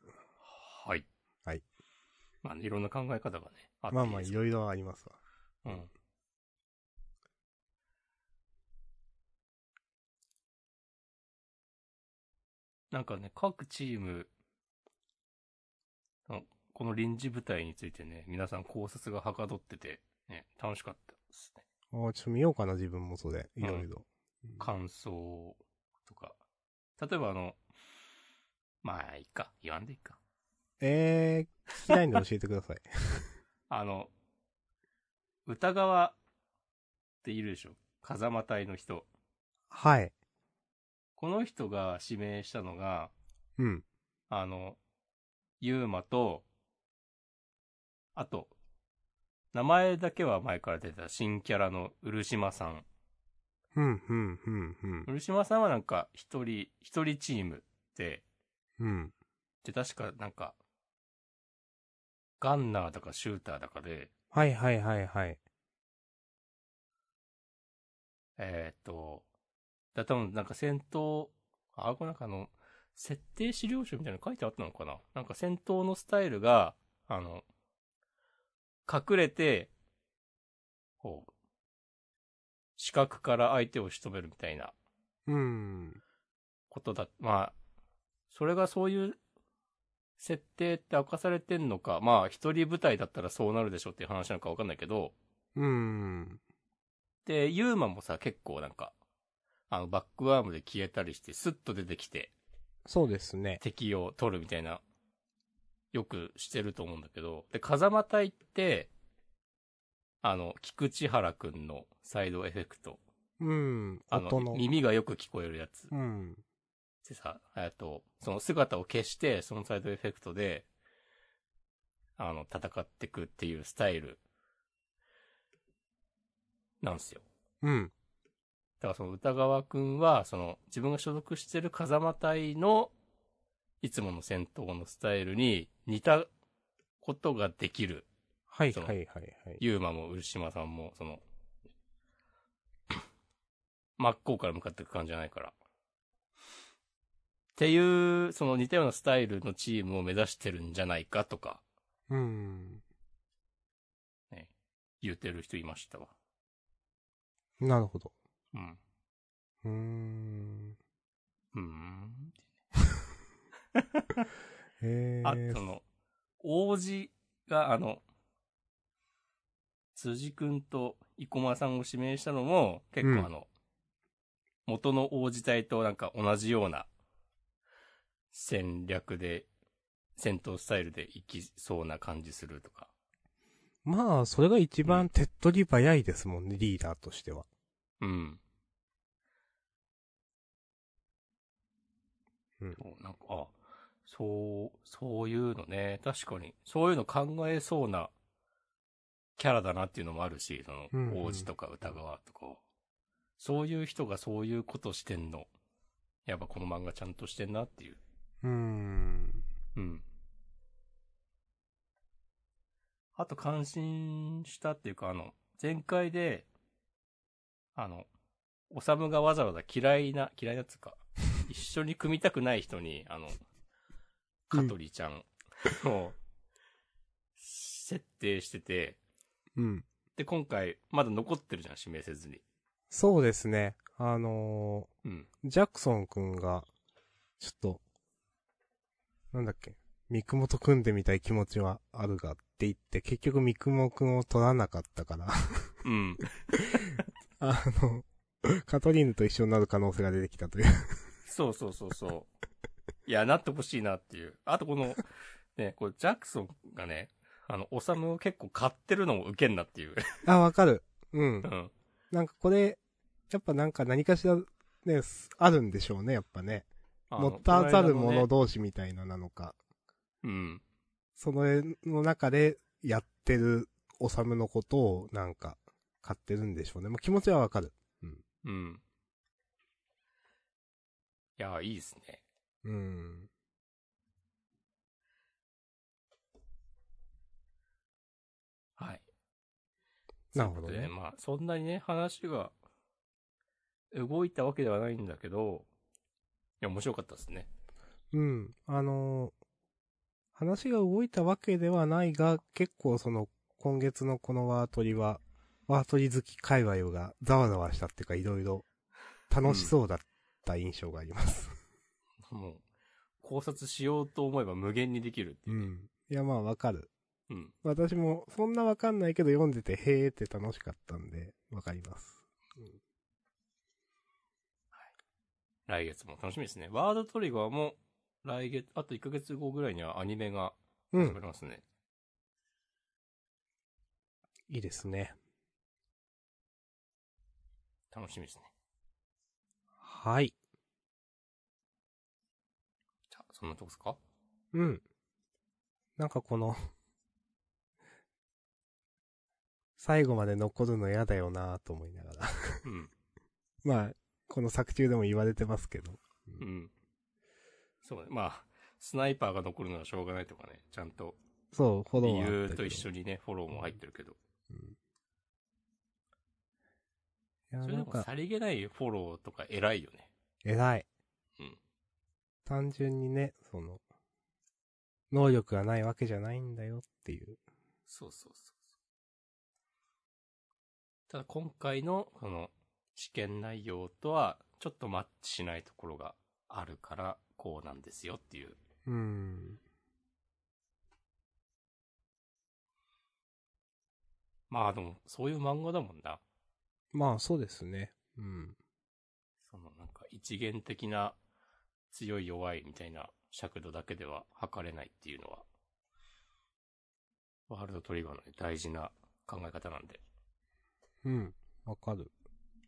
S2: はい。
S1: はい。
S2: まあ、ね、いろんな考え方がね、あって
S1: まあ
S2: いい
S1: まあ、
S2: で
S1: い
S2: すよ
S1: ろいろありますわ。
S2: うん。なんかね、各チーム、あこの臨時部隊についてね、皆さん考察がはかどってて、ね、楽しかったですね。
S1: ああ、ちょっと見ようかな、自分もそれ。いろいろ。
S2: 感想とか。例えばあの、まあ、いいか。言わんでいいか。
S1: えー、聞きたいんで教えてください。
S2: あの、歌川っているでしょ風間隊の人。
S1: はい。
S2: この人が指名したのが、
S1: うん。
S2: あの、ユーマと、あと、名前だけは前から出てた新キャラの漆間さん
S1: うん、うん、うん、うん。
S2: 漆島さんはなんか、一人、一人チームで、
S1: うん。
S2: で、確かなんか、ガンナーだかシューターだかで、
S1: はいはいはいはい。
S2: えーっと、だ多分なんか戦闘、あ、これなんかあの、設定資料集みたいなの書いてあったのかななんか戦闘のスタイルが、あの、隠れて、こう、視角から相手を仕留めるみたいな
S1: うん。
S2: ことだ。まあ、それがそういう設定って明かされてんのか、まあ一人舞台だったらそうなるでしょっていう話なのかわかんないけど、
S1: うん。
S2: で、ユーマもさ、結構なんか、あの、バックアームで消えたりして、スッと出てきて、
S1: そうですね。
S2: 敵を取るみたいな、よくしてると思うんだけど、で、風間隊って、あの、菊池原くんのサイドエフェクト。
S1: うん。
S2: あ
S1: 音の。
S2: 耳がよく聞こえるやつ。
S1: うん。
S2: でさ、えっと、その姿を消して、そのサイドエフェクトで、あの、戦ってくっていうスタイル、なんですよ。
S1: うん。
S2: だからその歌川くんは、その自分が所属してる風間隊のいつもの戦闘のスタイルに似たことができる。
S1: はい
S2: そ
S1: は
S2: の
S1: いはいはい。
S2: ユーマも漆島さんも、その、 真っ向から向かっていく感じじゃないから。っていう、その似たようなスタイルのチームを目指してるんじゃないかとか
S1: うん。
S2: 言ってる人いましたわ。
S1: なるほど。
S2: うん。
S1: うーん。
S2: うーん。
S1: へえ。
S2: あとの、王子が、あの、辻くんと生駒さんを指名したのも、結
S1: うん
S2: 構あの、元の王子隊となんか同じような戦略で、戦闘スタイルでいきそうな感じするとか。
S1: まあ、それが一
S2: う
S1: 番手っ取り早いですもんね、リーダーとしては。
S2: うん。
S1: うん
S2: そうなんか、あ、そう、そういうのね、確かに、そういうの考えそうなキャラだなっていうのもあるし、そ
S1: うんうん
S2: の、王子とか歌川とか、そういう人がそういうことしてんの。やっぱこの漫画ちゃんとしてんなっていう。
S1: うーん。
S2: うん。あと感心したっていうか、あの、前回で、あの、おさむがわざわざ嫌いな、嫌いなっつうか、一緒に組みたくない人に、あの、
S1: う
S2: 香
S1: ん
S2: 取ちゃんを、設定してて、
S1: うん。
S2: で、今回、まだ残ってるじゃん、指名せずに。
S1: そうですね。あの
S2: うん。
S1: ージャクソンくんが、ちょっと、なんだっけ、三雲と組んでみたい気持ちはあるがって言って、結局三雲くんを取らなかったから、
S2: うん。
S1: あの、カトリーヌと一緒になる可能性が出てきたという。
S2: そうそうそうそう。いや、なってほしいなっていう。あとこの、 ね、これジャクソンがね、あの、オサムを結構買ってるのもウケんなっていう。
S1: あ、わかる。うん
S2: う。ん。
S1: なんかこれ、やっぱなんか何かしら、ね、すあるんでしょうね、やっぱね。
S2: あの
S1: 持ったざる
S2: この間
S1: 者
S2: のね
S1: 同士みたいななのか。
S2: うん。
S1: その絵の中でやってるおさむのことをなんか買ってるんでしょうね。もう気持ちはわかる。
S2: うん。いや、いいですね。
S1: うん。
S2: はい。
S1: なるほど
S2: で、
S1: ね。
S2: まあ、そんなにね、話が動いたわけではないんだけど、いや、面白かったですね。
S1: うん。あのー話が動いたわけではないが、結構その、今月のこのワートリは、ワートリ好き界隈がざわざわしたっていうか、いろいろ楽しそうだった印象があります。
S2: もう、考察しようと思えば無限にできるって
S1: う
S2: いう。
S1: ん。いや、まあわかる。
S2: うん
S1: 私も、そんなわかんないけど読んでて、へーって楽しかったんで、わかります。
S2: 来月も楽しみですね。ワードトリガーも来月、あと1ヶ月後ぐらいにはアニメが
S1: う
S2: 始ま
S1: ん。
S2: りますね。
S1: いいですね。
S2: 楽しみですね。
S1: はい。
S2: じゃあ、そんなとこですか
S1: うん。なんかこの、最後まで残るの嫌だよなぁと思いながら
S2: うん。
S1: まあ、この作中でも言われてますけど。
S2: うん。そうね。まあ、スナイパーが残るのはしょうがないとかね。ちゃんと
S1: そう、フォロ
S2: 理
S1: ーはあっ
S2: 由
S1: たけど。
S2: と一緒にね、フォローも入ってるけど。
S1: いや、
S2: そ
S1: な
S2: れで
S1: ん
S2: も
S1: か、
S2: さりげないフォローとか偉いよね。
S1: 偉い。
S2: うん
S1: 単純にね、その、能力がないわけじゃないんだよっていう。
S2: そうそうそう。ただ今回の、この、試験内容とは、ちょっとマッチしないところがあるから、こうなんですよっていう。
S1: うん。
S2: まあでも、そういう漫画だもんな。
S1: まあ、そうですね。うん。
S2: そのなんか一元的な強い弱いみたいな尺度だけでは測れないっていうのは、ワールドトリガーのね大事な考え方なんで、
S1: うん。わかる。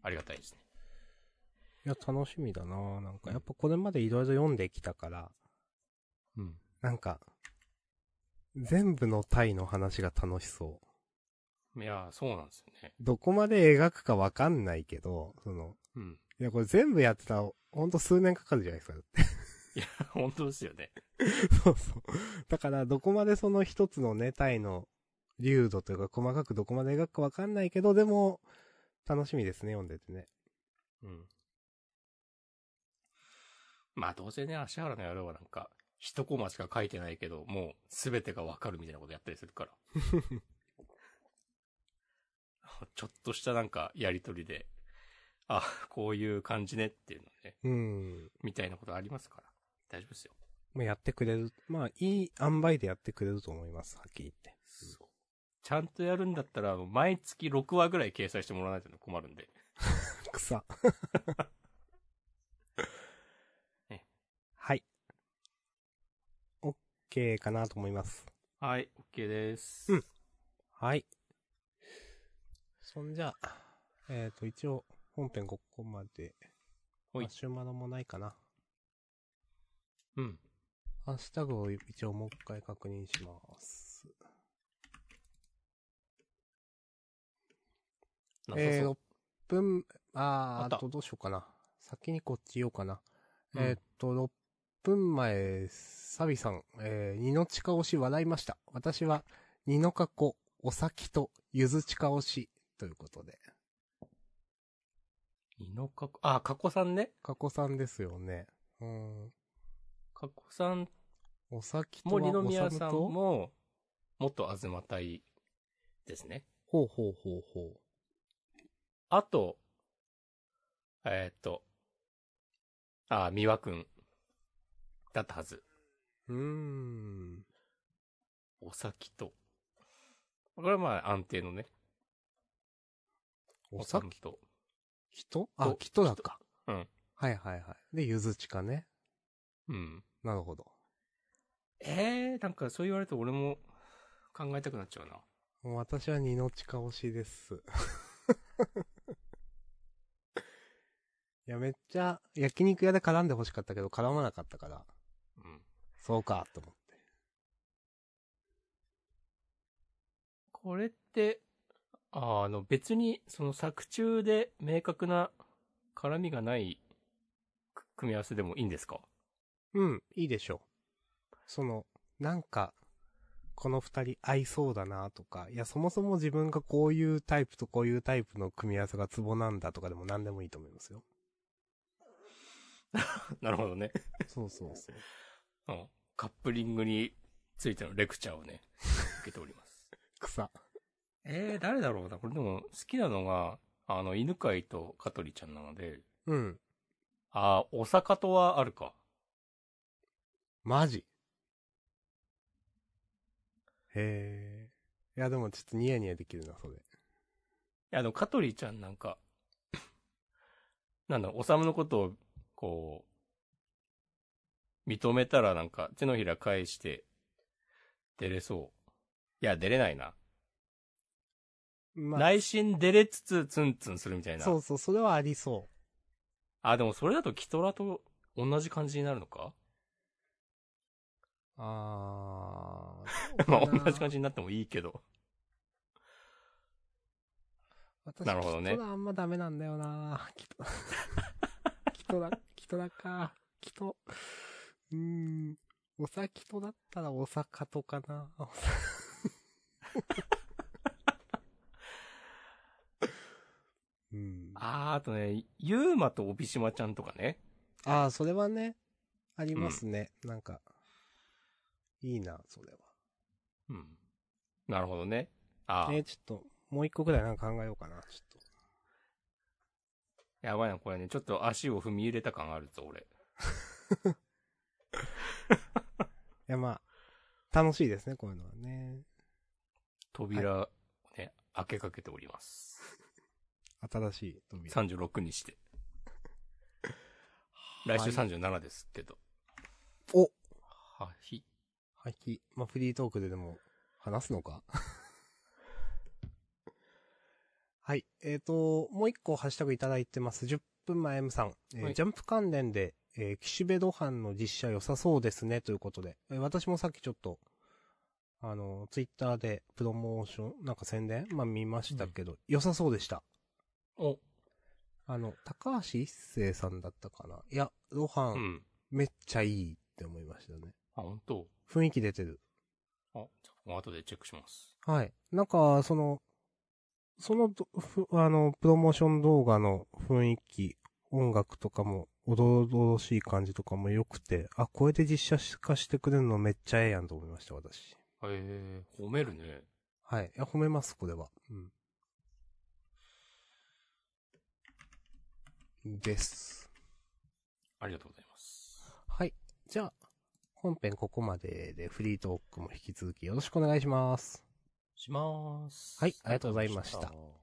S2: ありがたいですね。
S1: いや、楽しみだななんか、やっぱこれまでいろいろ読んできたから、
S2: うん。
S1: なんか、全部のタイの話が楽しそう。
S2: いやー、そうなんですよね。
S1: どこまで描くかわかんないけど、その、
S2: うん。
S1: いや、これ全部やってたら、ほんと数年かかるじゃないですか。
S2: 本当ですよね。
S1: そうそう。だから、どこまでその一つのね、タイの、流度というか、細かくどこまで描くかわかんないけど、でも、楽しみですね、読んでてね。
S2: うん。まあ、どうせね、足原の野郎はなんか、一コマしか書いてないけど、もう、すべてがわかるみたいなことやったりするから。 ちょっとしたなんか、やりとりで、あ、こういう感じねっていうのね、
S1: うん。
S2: みたいなことありますから。大丈夫ですよ。
S1: まあ、やってくれる。まあ、いい塩梅でやってくれると思います、はっきり言って。
S2: そう。ちゃんとやるんだったら、毎月6話ぐらい掲載してもらわないと困るんで。
S1: 草。
S2: ね
S1: はい。オッケーかなと思います。
S2: はい、OK です。
S1: うんはい。そんじゃ、えっ、と、一応、本編ここまで。
S2: ほい
S1: マシュマロもないかな。
S2: うん。
S1: ハッシュタグを一応もう一回確認します。
S2: なさそう
S1: えー、6分、あ
S2: あっ
S1: ー、
S2: た
S1: あとどうしようかな。先にこっち言おうかな。
S2: うん
S1: えーっと、6分前、サビさん、えー、二の近押し笑いました。私は、二の過去、お先と、ゆず近押し、ということで。
S2: 二の過去、あ、過去さんね。
S1: 過去さんですよね。うん。
S2: 過去さん
S1: お先とは、
S2: 森の宮
S1: お
S2: さん
S1: と
S2: も、元東隊ですね。
S1: ほうほうほうほ
S2: あと、えーっと、あー、美和くん、だったはず。
S1: う。うーん。
S2: お先と。これはまあ安定のね。
S1: お
S2: さ
S1: 先
S2: んと。
S1: とあ
S2: と、
S1: きとだか。
S2: うん。
S1: はいはいはい。で、ゆず近ね。
S2: うん。
S1: なるほど。
S2: えー、なんかそう言われると俺も考えたくなっちゃうな。
S1: もう私は二の近押しです。 いや、めっちゃ焼肉屋で絡んで欲しかったけど、絡まなかったから、
S2: うん。
S1: そうか、と思って。
S2: これって、ああの別にその作中で明確な絡みがないく組み合わせでもいいんですか
S1: うん、いいでしょう。その、なんか、この二人合いそうだなとか、いや、そもそも自分がこういうタイプとこういうタイプの組み合わせがツボなんだとかでも何でもいいと思いますよ。
S2: なるほどね。
S1: そうそうそう。
S2: うん。カップリングについてのレクチャーを ね、受けております。
S1: 草。
S2: えー、誰だろうな。これでも好きなのが、あの、犬飼と香取ちゃんなので、
S1: うん、
S2: あーお坂とはあるか。
S1: マジへえ。いや、でもちょっとニヤニヤできるな、それ。
S2: いや、あの、香取ちゃんなんか、なんだろう、おさむのことを、こう、認めたらなんか、手のひら返して、出れそう。いや、出れないな。
S1: まあ、
S2: 内心出れつつ、ツンツンするみたいな。
S1: そうそう、それはありそ
S2: あ、でもそれだとキトラと同じ感じになるのか
S1: う。あ
S2: まあ、同じ感じになってもいいけど。
S1: 私、
S2: なるほどね
S1: キトラあんまダメなんだよなキトラ。キトラ、キトラか。キト。うーん。おさキトだったらおさかとかな。おさ うん。
S2: あー、あとね、ユーマと帯島ちゃんとかね。
S1: ああ、それはね、ありますね。なんか、いいな、それは。
S2: うん。なるほどね。あー
S1: えー、ちょっと、もう一個くらいなんか考えようかな、ちょっ
S2: やばいな、これね。ちょっと足を踏み入れた感あるぞ、俺。
S1: と。いや、まあ、楽しいですね、こういうのはね。
S2: 扉、ね、開けかけております。
S1: 新しい扉。
S2: 36にして。来週37ですけど。
S1: お
S2: はい。
S1: はい、まあ、フリートークででも、話すのか はい。えっ、と、もう一個ハッシュタグいただいてます。10分前 M さん。えー
S2: はい
S1: ジャンプ関連で、えー岸辺露伴の実写良さそうですね、ということで。えー私もさっきちょっと、あの、ツイッターでプロモーション、なんか宣伝まあ、見ましたけど、良さそうでした。
S2: お、
S1: あの、高橋一生さんだったかな。いや、露
S2: う
S1: 伴、
S2: ん。
S1: めっちゃいいって思いましたね。
S2: あ、本当。
S1: 雰囲気出てる。
S2: あ、じゃあ、もう後でチェックします。
S1: はい。なんか、その、そのど、ふあの、プロモーション動画の雰囲気、音楽とかも、おどろどろしい感じとかも良くて、あ、これで実写化してくれるのめっちゃええやんと思いました、私。
S2: へえー、褒めるね。
S1: はい。いや、褒めます、これは。うん。です。
S2: ありがとうございます。
S1: はい。じゃあ、本編ここまでで、フリートークも引き続きよろしくお願いします。
S2: しまーす。
S1: はいありがとうございました
S2: ありがとうございました